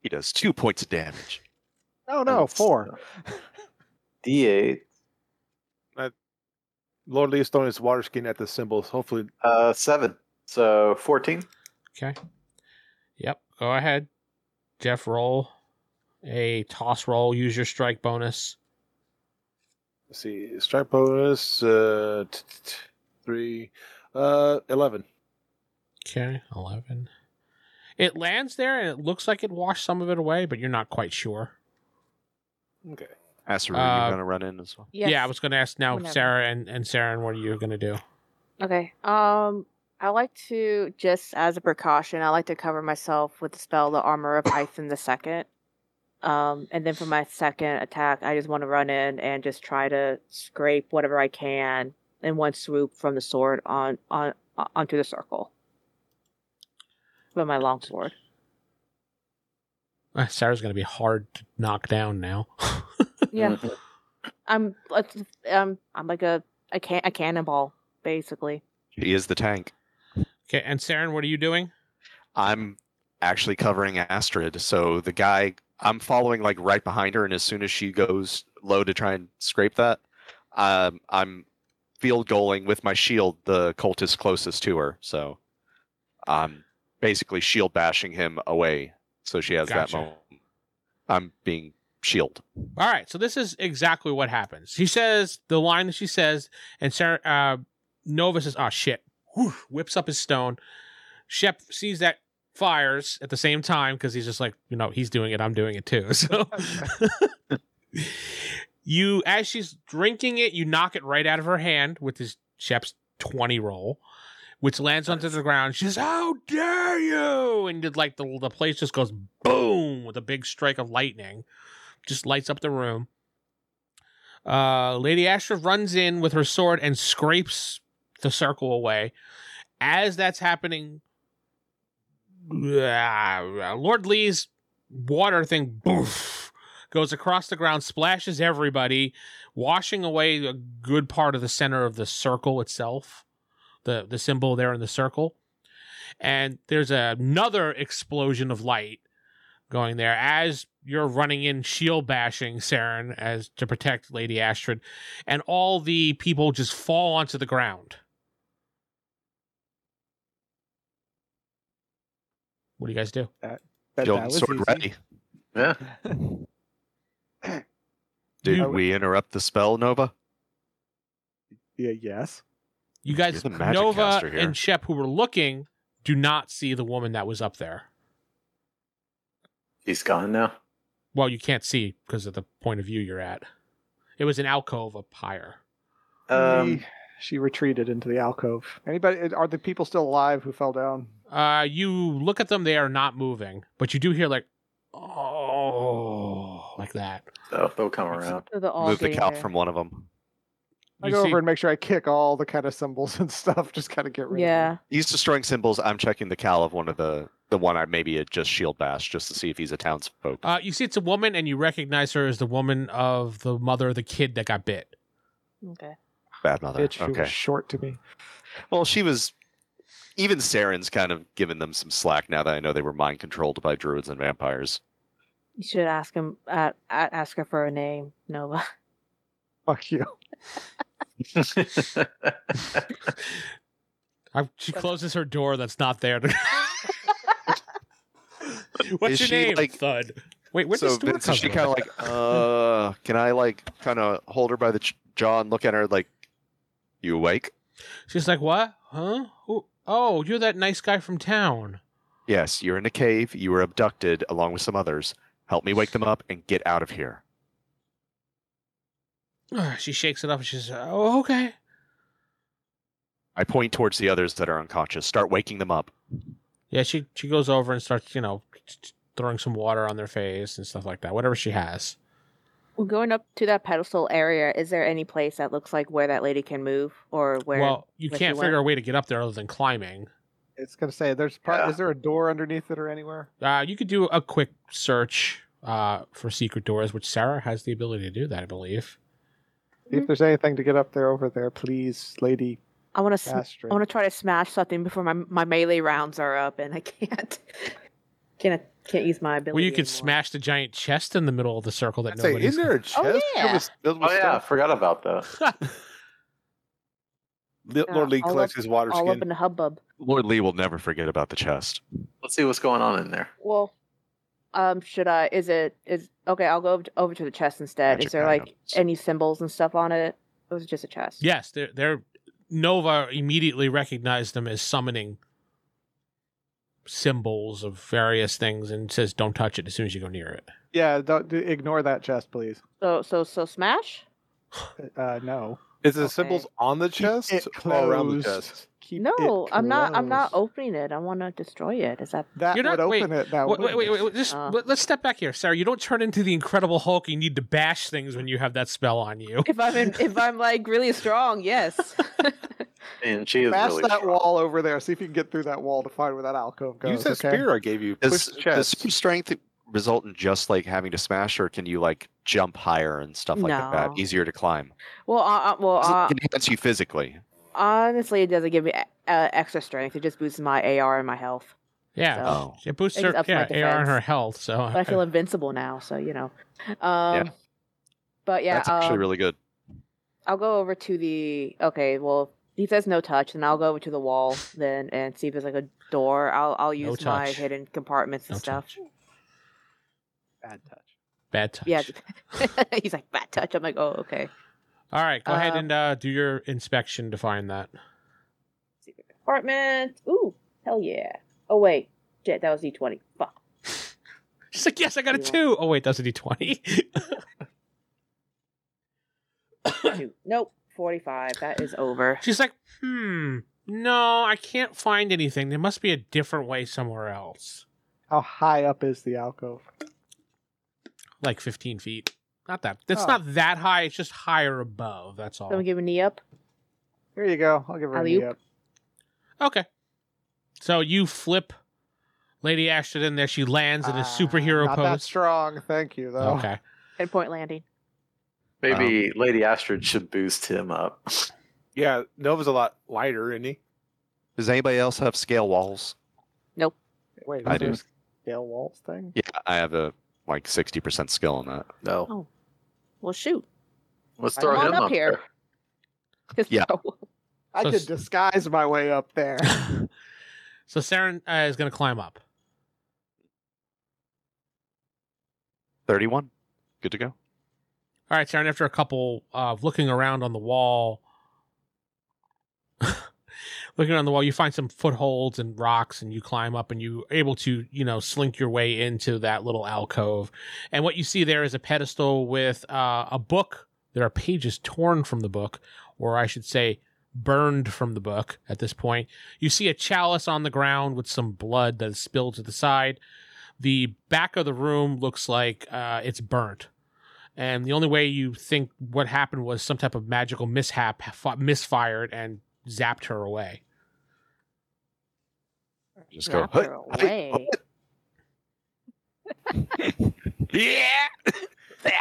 S8: He does two points of damage.
S7: oh no
S4: That's- uh,
S7: four
S4: D8.
S5: Lord Lee's throwing his water skin at the symbol. Hopefully,
S4: Uh, seven. So fourteen.
S2: Okay. Yep. Go ahead. Jeff, roll a toss roll. Use your strike bonus.
S5: let's see, strike bonus uh, t- t- t- three, uh, eleven.
S2: Okay, 11. It lands there and it looks like it washed some of it away, but you're not quite sure.
S5: Okay.
S8: Asaru,
S2: Uh,
S8: you're going to run in as well.
S6: Yes.
S2: Yeah, I was going to ask now,
S6: Whenever.
S2: Sarah and, and Saren, what are you going to do? [LAUGHS]
S6: Okay. Um, I like to just as a precaution, I like to cover myself with the spell, the armor [COUGHS] of Ithon the second. Um, and then for my second attack, I just want to run in and just try to scrape whatever I can in one swoop from the sword on on onto the circle. With my long sword.
S2: Uh, Sarah's going to be hard to knock down now.
S8: [LAUGHS]
S2: [LAUGHS]
S6: Yeah, [COUGHS] I'm um I'm like a a can a cannonball basically.
S8: He is the tank.
S2: okay, and Saren, what are you doing?
S8: I'm actually covering Astrid, so the guy I'm following like right behind her, and as soon as she goes low to try and scrape that, um, I'm field goaling with my shield the cultist closest to her. So I'm basically shield bashing him away, so she has
S2: Gotcha.
S8: that moment. I'm being shield.
S2: All right, so this is exactly what happens. She says the line that she says, and Sarah, uh, Nova says, "Ah, shit!" Whoosh, whips up his stone. Shep sees that, fires at the same time because he's just like, you know, he's doing it, I'm doing it too. [LAUGHS] So you, as she's drinking it, you knock it right out of her hand with his Shep's twenty roll, which lands onto the ground. She says, "How dare you!" And did like the the place just goes boom with a big strike of lightning, just lights up the room. Uh, Lady Astra runs in with her sword and scrapes the circle away. As that's happening, uh, Lord Lee's water thing boof, goes across the ground, splashes everybody, washing away a good part of the center of the circle itself, the the symbol there in the circle. And there's another explosion of light going there as you're running in shield bashing Saren as to protect Lady Astrid, and all the people just fall onto the ground. What do you guys do?
S7: That,
S8: Shield
S7: that
S8: and
S7: was
S8: sword
S7: easy.
S8: ready.
S4: Yeah.
S8: Did
S7: You-
S8: we interrupt the spell, Nova?
S7: [LAUGHS] Yeah, yes.
S2: You guys,
S8: You're the magic
S2: Nova
S8: caster here.
S2: and Shep, who were looking, do not see the woman that was up there.
S4: He's gone now.
S2: Well, you can't see because of the point of view you're at. It was an alcove up higher.
S4: Um,
S7: She- she retreated into the alcove. Anybody? Are the people still alive who fell down?
S2: Uh, you look at them; they are not moving, but you do hear like, oh, like that.
S4: so they'll come around. [LAUGHS]
S6: So the all
S7: Oh,
S8: Move the
S6: getting
S8: cow
S6: there.
S8: from one of them.
S7: I
S2: You
S7: go
S2: see-
S7: over and make sure I kick all the kind of symbols [LAUGHS] and stuff. Just kind of get rid
S6: Yeah.
S7: of
S8: He's destroying symbols. I'm checking the cal of one of the the one I maybe had just shield bashed just to see if he's a townsfolk.
S2: uh, you see it's a woman, and you recognize her as the woman of the mother of the kid that got bit.
S6: Okay.
S8: Bad
S7: them.
S8: mother.
S7: Bitch, who was
S8: Okay.
S7: short to me.
S8: Well, she was. Even Saren's kind of giving them some slack now that I know they were mind controlled by druids and vampires.
S6: You should ask him. Uh, a- ask her for a name, Nova. [LAUGHS]
S7: Fuck you.
S2: I, Uh, she closes her door that's not there. To... [LAUGHS] What's
S8: Is
S2: your
S8: she,
S2: name?
S8: like-
S2: Thud. Wait, where's the
S8: so
S2: store
S8: Vince, is she
S2: come
S8: kind of
S2: from?
S8: like, uh, can I like kind of hold her by the ch- jaw and look at her like, you awake?
S2: She's like, "What? Huh? Who? Oh, you're that nice guy from town." [SIGHS]
S8: Yes, you're in a cave. You were abducted along with some others. Help me wake them up and get out of here.
S2: She shakes it off and she says, "Oh, okay."
S8: I point towards the others that are unconscious. Start waking them up.
S2: Yeah, she she goes over and starts, you know, throwing some water on their face and stuff like that. Whatever she has.
S6: Well, going up to that pedestal area, is there any place that looks like where that lady can move or where?
S2: well, you
S6: where she
S2: can't
S6: went?
S2: figure a way to get up there other than climbing.
S7: It's gonna say there's. Pro-
S4: Yeah.
S7: Is there a door underneath it or anywhere?
S2: Uh, you could do a quick search uh, for secret doors, which Sarah has the ability to do that, I believe.
S7: See If there's anything to get up there over there, please, Lady
S6: I want to. Sm-
S7: Astrid.
S6: I want to try to smash something before my my melee rounds are up, and I can't. [LAUGHS] Can't can't use my ability.
S2: Well, you could
S6: anymore.
S2: smash the giant chest in the middle of the circle that
S5: I'd say,
S2: nobody's.
S5: is there a chest?
S6: Oh, yeah.
S5: filled with
S4: oh yeah, I
S5: stuff?
S4: forgot about that.
S5: Li-
S6: Yeah,
S5: Lord Lee
S6: all
S5: collects
S6: up-
S5: his water
S6: all up
S5: skin.
S6: in the hubbub.
S8: Lord Lee will never forget about the chest.
S4: Let's see what's going on in there.
S6: Well, um, should I? Is it is okay? I'll go over to, over to the chest instead.
S8: Magic
S6: is there like
S8: items.
S6: any symbols and stuff on it? Or was it just a
S2: [LAUGHS]
S6: chest?
S2: Yes, they're, they're Nova immediately recognized them as summoning symbols of various things and says, "Don't touch it as soon as you go near it."
S7: Yeah, don't do, ignore that chest, please.
S6: So so so smash.
S7: Uh, no.
S5: Is the
S6: Okay.
S5: symbols on the chest
S7: It
S5: or around the
S7: closed.
S5: chest?
S7: Keep
S6: No,
S7: it
S6: I'm not. I'm not
S7: closed.
S6: opening it. I want to destroy it. Is that?
S7: That
S2: You're
S7: would
S2: not- wait,
S7: open it. That
S2: Wait,
S7: would.
S2: wait, wait, wait, Just
S6: Uh.
S2: let, us step back here, Sarah. You don't turn into the Incredible Hulk. You need to bash things when you have that spell on
S6: [LAUGHS]
S2: you.
S6: [LAUGHS] If I'm in, if I'm like really strong, yes.
S4: And she is
S7: Pass
S4: really
S7: that
S4: strong.
S7: wall over there. See if you can get through that wall to find where that alcove goes.
S5: Use that
S7: okay?
S5: spear I gave you. Push
S8: Does,
S5: the
S8: does
S5: chest.
S8: super strength result in just like having to smash, or can you like jump higher and stuff like
S6: No.
S8: that? Easier to climb.
S6: well, uh, uh, well,
S8: Does it
S6: uh,
S8: enhance you physically.
S6: honestly, it doesn't give me uh, extra strength. It just boosts my AR and my health.
S2: Yeah,
S8: Oh.
S2: it boosts
S6: It
S2: her
S6: ups my
S2: yeah, AR and
S6: defense.
S2: her health. So
S6: But I feel invincible now, so you know. Um, But yeah,
S8: That's actually
S6: um,
S8: really good.
S6: I'll go over to the okay. Well, he says no touch, and I'll go over to the wall then and see if there's like a door. I'll I'll
S2: No
S6: use my
S2: touch.
S6: hidden compartments and
S2: No
S6: stuff.
S2: touch.
S7: Bad touch.
S2: [LAUGHS] bad touch.
S6: Yeah, [LAUGHS] he's like bad touch. I'm like, oh okay.
S2: All right, go ahead
S6: Um,
S2: and uh, do your inspection to find that.
S6: apartment. Ooh, hell yeah. Oh wait, shit, that was D twenty. Fuck.
S5: [COUGHS]
S2: She's like, yes, I got a
S6: Yeah.
S2: two. Oh wait, that's a D twenty. [LAUGHS]
S6: Shoot. nope, forty five. That is over.
S2: She's like, hmm, no, I can't find anything. There must be a different way somewhere else.
S7: How high up is the alcove?
S2: Like fifteen feet. Not that. That's
S7: Oh.
S2: not that high. It's just higher above. That's all.
S6: Someone give a knee up.
S7: Here you go. I'll give her a knee
S6: Alley-oop.
S7: up.
S2: Okay. So you flip Lady Ashton in there. She lands in a
S7: Ah,
S2: superhero
S7: not that
S2: pose.
S7: strong. Thank you, though.
S2: Okay. [LAUGHS]
S6: Ten point landing.
S4: Maybe Lady Astrid should boost him [LAUGHS] up.
S5: Yeah, Nova's a lot lighter, isn't he?
S3: Does anybody else have scale walls?
S7: Wait,
S3: I
S7: is there
S3: do.
S7: a scale walls thing?
S3: Yeah, I have a like sixty percent skill on that.
S5: No.
S6: Well, shoot.
S4: Let's
S7: Come
S4: throw
S6: on
S4: him
S6: up
S4: up,
S6: here.
S4: there.
S6: Just
S3: Yeah.
S6: [LAUGHS] throw-
S7: I
S2: So
S7: could
S2: s-
S7: disguise my way up there.
S2: so Saren uh, is going to climb up.
S3: Thirty-one. Good to go.
S2: All right, Saren, after a couple of looking around on the wall, [LAUGHS] looking on the wall, you find some footholds and rocks, and you climb up and you're able to, you know, slink your way into that little alcove. And what you see there is a pedestal with uh, a book. There are pages torn from the book, or I should say, burned from the book at this point. You see a chalice on the ground with some blood that is spilled to the side. The back of the room looks like uh, it's burnt and the only way you think what happened was some type of magical mishap fi- misfired and zapped her away.
S3: Just go.
S6: Knock her
S3: "Hey, hey, oh."
S6: away.
S3: Yeah.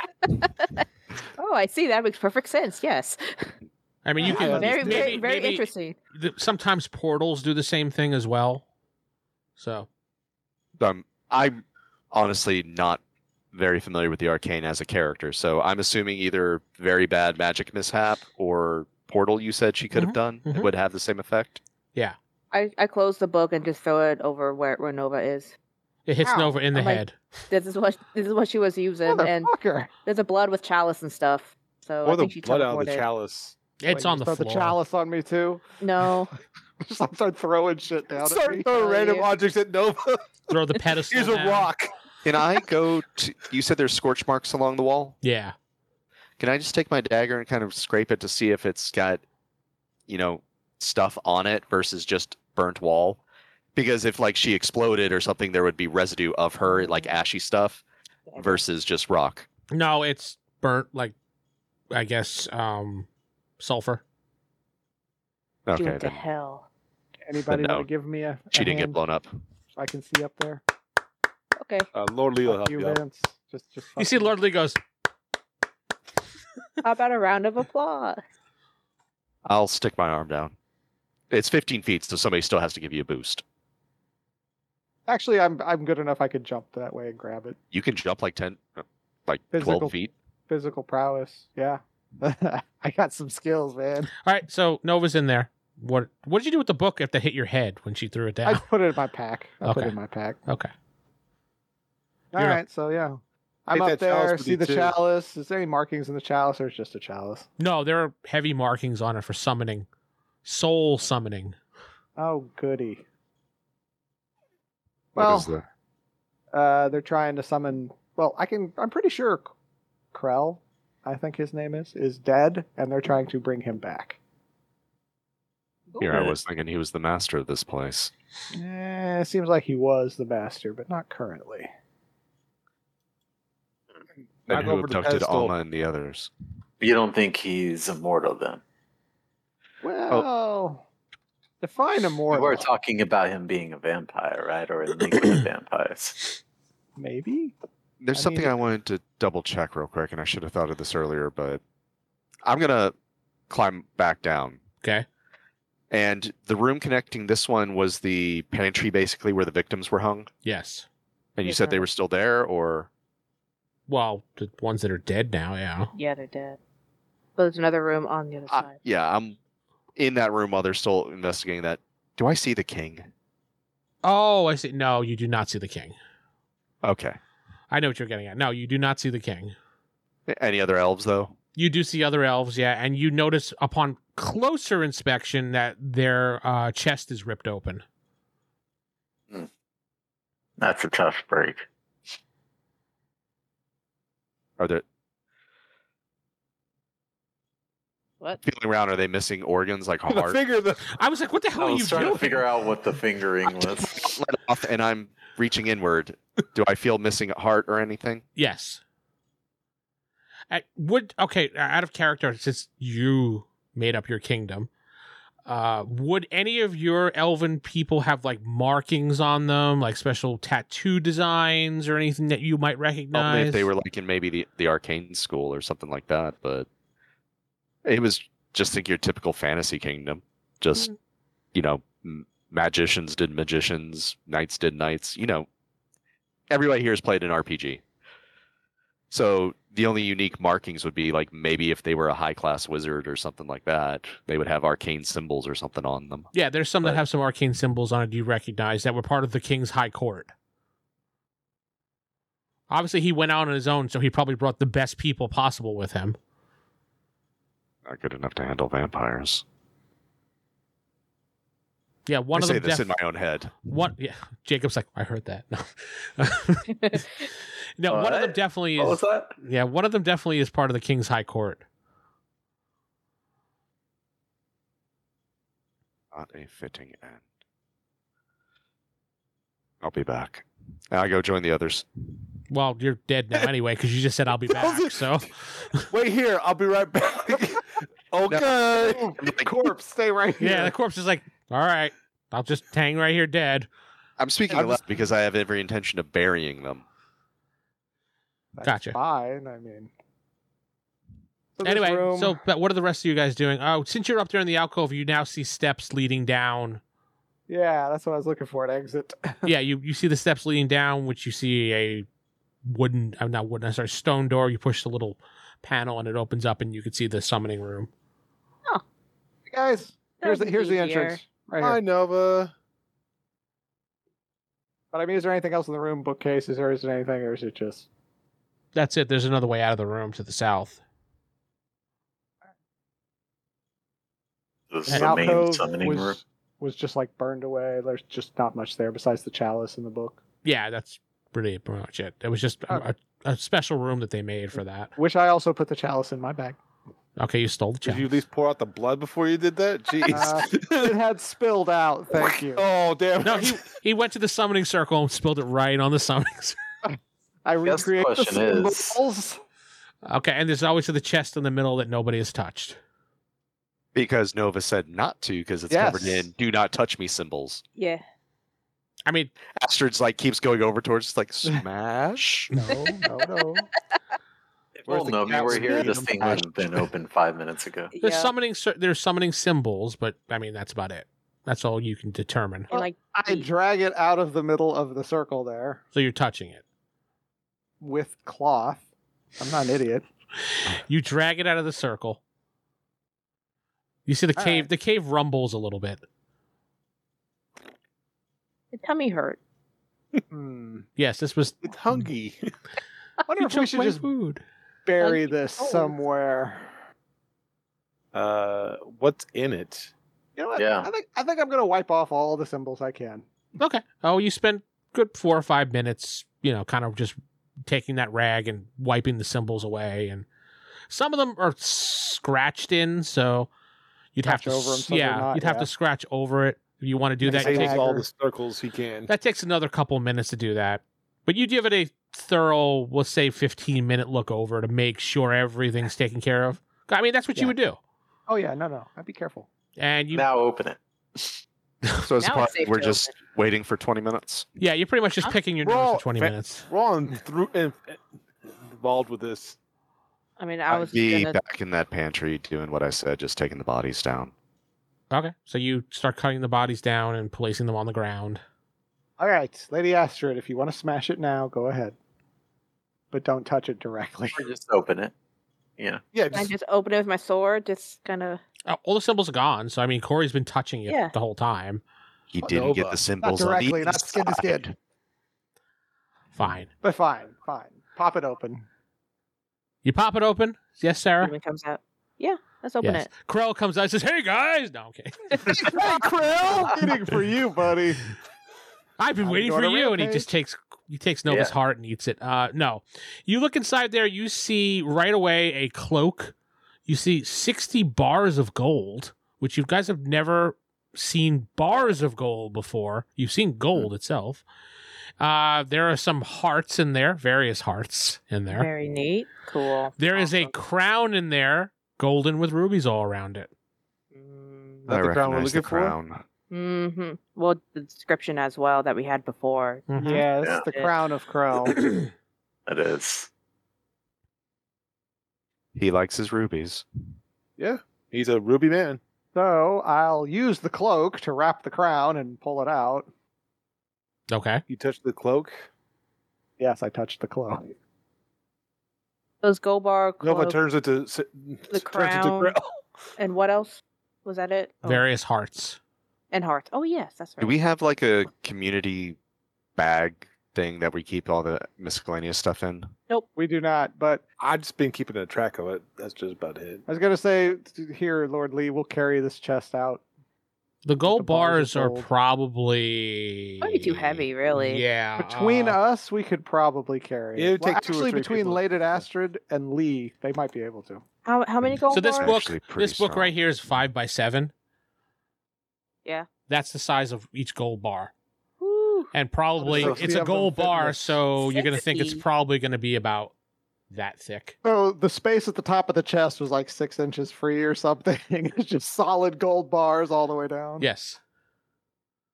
S6: Oh, I see. That makes perfect sense.
S5: [LAUGHS]
S6: Yes.
S2: I mean, you
S7: Yeah,
S2: can
S6: Very,
S2: maybe,
S6: very, very
S2: maybe
S6: interesting.
S2: th- sometimes portals do the same thing as well. So
S3: Um, I'm honestly not very familiar with the arcane as a character, so I'm assuming either very bad magic mishap or portal you said she could
S2: Mhm,
S3: have
S6: Mm-hmm,
S3: done
S2: mhm.
S3: would have the same effect.
S6: I, I close the book and just throw it over where, where Nova is.
S2: it hits
S6: Ow.
S2: Nova in the
S6: I'm like-
S2: head.
S6: This is what this is what she was using, [LAUGHS] and
S7: Motherfucker.
S6: there's a blood with chalice and stuff. So
S5: Or
S6: Oh, I
S5: the
S6: think she
S5: blood out of the
S6: teleported.
S5: chalice.
S2: It's
S7: Wait,
S2: on the
S7: you throw
S2: floor.
S7: the chalice on me too.
S6: No,
S7: [LAUGHS] Just like start throwing shit down. At
S5: Start
S7: me.
S5: throwing
S6: Oh,
S5: random
S6: yeah.
S5: objects at Nova. [LAUGHS]
S2: Throw
S7: [LAUGHS]
S2: the pedestal.
S5: Here's a
S2: down.
S5: rock.
S3: Can I go to? You said there's scorch marks along the wall.
S2: Yeah.
S3: Can I just take my dagger and kind of scrape it to see if it's got, you know, stuff on it versus just burnt wall? Because if like she exploded or something, there would be residue of her like ashy stuff versus just rock.
S2: No, it's burnt. Like, I guess um, sulfur.
S3: [LAUGHS]
S6: she
S3: Okay,
S6: went to
S3: then
S6: hell.
S7: Anybody
S3: But no.
S7: want to give me a? a
S3: she didn't get
S7: hand
S3: blown up.
S7: So I can see up there.
S6: Okay,
S5: Uh, Lord Lee will help
S7: Fuck you,
S5: you. out.
S7: Vance. Just, just.
S2: You see,
S7: fucking-
S2: Lord Lee goes.
S6: how about a round of applause?
S3: I'll stick my arm down. It's 15 feet, so somebody still has to give you a boost.
S7: Actually, I'm I'm good enough. I could jump that way and grab it.
S3: You can jump like 10, uh, like
S7: Physical.
S3: 12 feet.
S7: Physical prowess. Yeah. [LAUGHS] I got some skills, man.
S2: All right, so Nova's in there. What What did you do with the book if that hit your head when she threw it
S7: I
S2: down?
S7: put it in my pack. I put
S2: Okay.
S7: it in my pack.
S2: okay.
S7: All right,
S2: You're up.
S7: so yeah. I'm
S5: Take that
S7: up
S5: chalice
S7: there,
S5: with
S7: see
S5: you,
S7: the
S5: too.
S7: chalice. Is there any markings in the chalice or it's just a chalice?
S2: No, there are heavy markings on her for summoning, soul summoning.
S7: Oh goody.
S3: What
S7: Well-
S3: is the-
S7: Uh they're trying to summon well, I can I'm pretty sure Krell, I think his name is, is dead, and they're trying to bring him back.
S3: Here, I was thinking he was the master of this place.
S7: Eh, it seems like he was the master, but not currently.
S5: Knock
S3: And who
S5: over the
S3: abducted
S5: pedestal.
S3: Alma and the others?
S4: You don't think he's immortal then?
S7: Well define
S4: We were
S7: immortal.
S4: talking about him being a vampire, right? Or linked [CLEARS THROAT] with vampires.
S7: Maybe.
S3: There's
S7: I
S3: something
S7: mean-
S3: I wanted to double check real quick, and I should have thought of this earlier, but I'm going to climb back down.
S2: Okay.
S3: And the room connecting this one was the pantry, basically, where the victims were hung.
S2: Yes.
S3: And you
S6: Yes,
S3: said they
S6: sir.
S3: were still there, or
S2: Well, the ones that are dead now, yeah.
S6: Yeah, they're dead. Ah, But there's another room on the other
S3: I-
S6: side.
S3: yeah, I'm in that room while they're still investigating that. Do I see the king?
S2: Oh, I see. No, you do not see the king.
S3: Okay.
S2: I know what you're getting at. No, you do not see the king.
S3: Any other elves though?
S2: You do see other elves, yeah, and you notice upon closer inspection that their uh, chest is ripped open.
S4: That's a tough break.
S3: Are they
S6: What?
S3: feeling around? Are they missing organs
S5: [LAUGHS]
S3: like a
S5: The
S3: heart?
S5: figure that
S2: I was like, "What the
S4: I
S2: hell are you
S4: was trying
S2: doing?"
S4: to figure out what the fingering was.
S3: Let off, and I'm reaching inward. Do I feel missing a heart or anything?
S2: Yes. I would okay, uh, out of character, since you made up your kingdom, uh, would any of your elven people have like markings on them, like special tattoo designs or anything that you might recognize?
S3: Only if they were like in maybe the, the arcane school or something like that, but it was just think your typical fantasy kingdom. Just, you know, m- magicians did magicians, knights did knights. You know, everybody here has played an RPG. So the only unique markings would be like maybe if they were a high class wizard or something like that, they would have arcane symbols or something on them.
S2: yeah, there's some that
S3: But-
S2: have some arcane symbols on it you recognize that were part of the king's high court. Obviously, he went out on his own, so he probably brought the best people possible with him.
S3: Not good enough to handle vampires.
S2: Yeah, one
S3: I
S2: of
S3: say
S2: them.
S3: this
S2: def-
S3: in my own head.
S2: What? Yeah, [LAUGHS] Jacob's like I heard that. [LAUGHS] No, no, one of them
S4: What?
S2: definitely
S4: What was
S2: is.
S4: that?
S2: Yeah, one of them definitely is part of the King's High Court.
S3: Not a fitting end. I'll be back. And I go join the others.
S2: Well, you're dead
S4: [LAUGHS]
S2: now anyway because you just said I'll be back. So
S5: [LAUGHS] wait here, I'll be
S2: [LAUGHS]
S5: right back. okay.
S7: corpse, stay right here.
S2: yeah, the corpse is like, all right, I'll just hang right here, dead.
S3: I'm speaking
S5: I'm
S3: left because I have every intention of burying them.
S7: That's
S2: Gotcha.
S7: Fine. I mean. So there's
S2: anyway,
S7: room.
S2: so but what are the rest of you guys doing? Oh, since you're up there in the alcove, you now see steps leading
S4: [LAUGHS]
S2: down.
S7: yeah, that's what I was looking for. An exit.
S2: yeah, you you see the steps leading down, which you see a wooden, uh, not wooden, I'm sorry, stone door. You push the little panel and it opens up, and you can see the summoning room.
S7: Guys, here's the,
S6: That'd
S7: here's
S6: be
S7: the
S6: easier.
S7: entrance. Right here.
S5: Hi, Nova.
S7: But I mean, is there anything else in the room? Bookcases, or is there anything, or is it just?
S2: That's it. There's another way out of the room to the south.
S4: This is
S7: An
S4: the main
S7: alcove
S4: summoning
S7: was,
S4: room.
S7: was just like burned away. There's just not much there besides the chalice and the book,
S2: Yeah, that's pretty much it. It was just
S7: Uh,
S2: a, a, a special room that they made for that.
S7: which I also put the chalice in my
S4: [LAUGHS]
S7: bag.
S2: Okay, you stole the
S5: Did you
S2: chalice.
S5: at least pour out the blood before you did that? [LAUGHS] Jeez.
S7: Uh, it had spilled out.
S4: [LAUGHS]
S7: Thank you.
S5: oh, damn.
S2: No, he he went to the summoning circle and spilled it right on the summoning [LAUGHS] circle.
S7: I
S4: Guess the
S7: recreate the
S4: question is-
S7: symbols.
S2: Okay, and there's always the chest in the middle that nobody has touched.
S3: Because Nova said not to because it's
S7: Yes.
S3: covered in do not touch me symbols.
S6: Yeah.
S2: I mean,
S3: Astrid's like keeps going over towards it's like smash.
S7: No, Oh, no, no.
S4: Well,
S3: the
S4: no, we
S3: cat's
S4: were here.
S3: meat?
S4: This thing would have been open five minutes
S6: [LAUGHS]
S4: ago.
S2: there's
S6: yeah.
S2: summoning cir- there's summoning symbols, but I mean that's about it. That's all you can determine.
S6: And like
S7: I drag it out of the middle of the circle there
S2: So you're touching it.
S7: with cloth. I'm not an idiot.
S2: You drag it out of the circle. You see the
S7: All
S2: cave.
S7: right.
S2: The cave rumbles a little bit.
S6: the tummy hurt.
S7: Hmm.
S2: Yes, this was.
S5: It's hungry.
S7: I wonder
S2: You
S7: if we
S2: took
S7: should
S2: my
S7: just
S2: food.
S7: bury this
S6: Oh.
S7: somewhere.
S5: [LAUGHS] Uh, what's in it?
S7: You know what?
S4: Yeah.
S7: I think I think I'm gonna wipe off all the symbols I can.
S2: Okay. Oh, you spent good four or five minutes, you know, kind of just taking that rag and wiping the symbols away, and some of them are scratched in, so you'd
S7: Scratch
S2: have to,
S7: over 'em,
S2: s-
S7: some you're
S2: yeah,
S7: not,
S2: you'd have
S7: yeah.
S2: to scratch over it. If you want to do
S7: Like
S2: that,
S7: I
S2: you
S7: say,
S2: take
S5: Saves
S7: dagger.
S5: all the circles he can.
S2: That takes another couple of minutes to do that. But you give it a thorough, we'll say 15 minute look over to make sure everything's taken care of. I mean, that's what
S7: Yeah.
S2: you would do.
S7: Oh yeah, no, no. I'd be careful.
S2: And you,
S4: Now open it.
S3: so as
S6: Now
S3: a
S6: it's
S3: part,
S6: safe
S3: we're
S6: to
S3: just waiting for 20 minutes.
S2: yeah, you're pretty much just
S6: Huh?
S2: picking your nose
S5: Well,
S2: for 20
S5: fa-
S2: minutes.
S5: Ron through and involved with this.
S6: I mean, I was
S3: be
S6: gonna
S3: back in that pantry doing what I said, just taking the bodies down.
S2: Okay. So you start cutting the bodies down and placing them on the ground.
S7: All right, Lady Astrid, if you want to smash it now, go ahead. But don't touch it directly. [LAUGHS]
S4: Or just open it. Yeah.
S5: Yeah,
S6: I
S5: just,
S6: just open it with my sword, just kind of
S2: Uh, all the symbols are gone. So, I mean, Corey's been touching it
S6: Yeah.
S2: the whole time.
S3: He
S5: Oh,
S3: didn't
S5: Nova.
S3: get the
S7: Not
S3: symbols on
S7: directly,
S3: the
S7: not skin to
S3: inside.
S7: skin.
S2: Fine.
S7: But fine, fine. Pop it open.
S2: You pop it open. Yes, Sarah.
S6: even comes out. Let's open
S2: Yes.
S6: it.
S2: Krell comes out and says, Hey guys! No, okay.
S7: hey, Krill! Waiting for you, buddy.
S2: [LAUGHS] I've been
S7: I'm
S2: waiting for
S7: going on a
S2: you, and he
S7: rampage.
S2: just takes he takes Nova's
S4: Yeah.
S2: heart and eats it. Uh, no, you look inside there. You see right away a cloak. You see sixty bars of gold, which you guys have never seen bars of gold before. You've seen gold itself. Uh, there are some hearts in there, various hearts in there.
S6: Very neat. Cool.
S2: There is a
S6: Awesome.
S2: crown in there, golden with rubies all around it.
S6: Mm,
S5: That the crown we're looking for.
S6: Mhm. Well, the description as well that we had before.
S7: Yeah, this
S4: Yeah.
S7: is the crown of Krell.
S3: [CLEARS THROAT]
S4: That is.
S8: He likes his rubies.
S5: He's a ruby man.
S7: so I'll use the cloak to wrap the crown and pull it out.
S2: Okay.
S5: You touch the cloak.
S7: Yes, I touched the cloak.
S6: Those gold bar
S5: Nova
S6: cloak-
S5: turns it to the
S6: crown.
S5: [LAUGHS]
S6: and what else was that? It Oh,
S2: Various hearts.
S6: and hearts. Oh yes, that's right.
S8: Do we have like a community bag thing that we keep all the miscellaneous stuff in?
S7: We do not, but
S5: I've just been keeping a track of it. That's just about it.
S7: I was going to say, here, Lord Lee, we'll carry this chest out.
S2: The gold
S7: the
S2: bars
S7: bars are
S2: are
S7: gold.
S2: probably
S6: Probably too heavy, really.
S7: Ah.
S2: Yeah.
S7: Between
S2: uh,
S7: us, we could probably carry.
S5: It would
S7: Well,
S5: take two or
S7: actually,
S5: three
S7: between
S5: people.
S7: Late at Astrid and Lee, they might be able to.
S6: How how many gold
S2: so this
S6: bars?
S2: book,
S8: Actually pretty
S2: this book right
S8: strong.
S2: here is five by seven.
S6: Yeah.
S2: That's the size of each gold bar,
S6: Whew.
S2: and probably
S5: Sixty
S2: it's a
S5: of them
S2: gold
S5: fit in
S2: bar,
S5: this.
S2: so you're gonna think it's
S6: Sixty.
S2: probably gonna be about that thick.
S7: So the space at the top of the chest was like six inches free or something. [LAUGHS] It's just solid gold bars all the way down.
S2: Yes.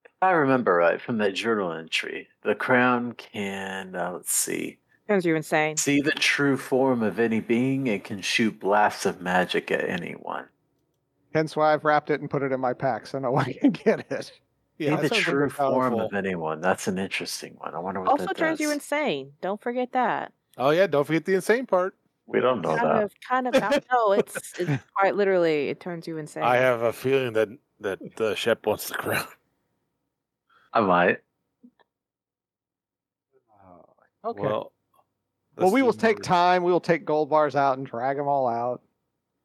S4: If I remember right from that journal entry, the crown can, uh, let's see,
S6: Sounds you insane.
S4: see the true form of any being and can shoot blasts of magic at anyone.
S7: Hence why I've wrapped it and put it in my pack so no [LAUGHS] one can get it.
S4: see
S5: Yeah, that
S4: the
S5: sounds
S4: true
S5: pretty
S4: form
S5: powerful.
S4: of anyone. That's an interesting one. I wonder what
S6: Also
S4: that
S6: turns
S4: does.
S6: you insane. Don't forget that.
S5: Oh yeah, don't forget the insane part.
S4: We don't know
S6: kind
S4: that.
S6: of, kind of.
S2: [LAUGHS]
S6: Not, no, it's, it's quite literally. It turns you insane.
S5: I have a feeling that that uh, Shep wants the crown.
S4: I might.
S7: Okay. Well,
S5: Oh, Well, let's
S7: we
S5: do
S7: will take
S5: more.
S7: time. We will take gold bars out and drag them all out,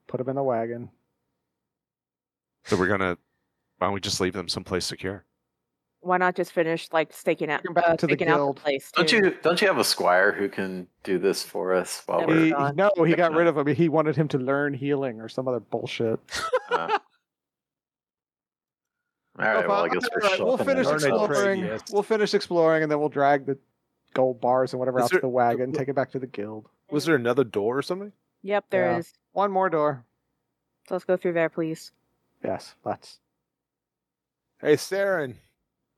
S7: put them in the wagon.
S8: So we're gonna. Why don't we just leave them someplace secure?
S6: Why not just finish like staking out,
S7: Come back
S6: uh,
S7: to the
S6: staking out
S7: guild.
S6: the place?
S4: Don't
S6: too.
S4: you don't you have a squire who can do this for us while
S6: Yeah,
S4: we're uh,
S7: He,
S6: gone.
S7: no, he got rid of him. He wanted him to learn healing or some other bullshit.
S4: Uh, [LAUGHS] all right, well, I guess we're
S7: Alright, we'll
S4: shuffling
S7: finish
S5: Darn it,
S4: ourselves.
S7: exploring.
S5: yes.
S7: We'll finish exploring, and then we'll drag the gold bars and whatever
S5: Is
S7: out
S5: there-
S7: to the wagon, take it back to the guild.
S5: Was there another door or something?
S6: Yep, there is.
S7: Yeah. One more door.
S6: So let's go through there, please.
S7: Yes, let's.
S5: Hey, Saren,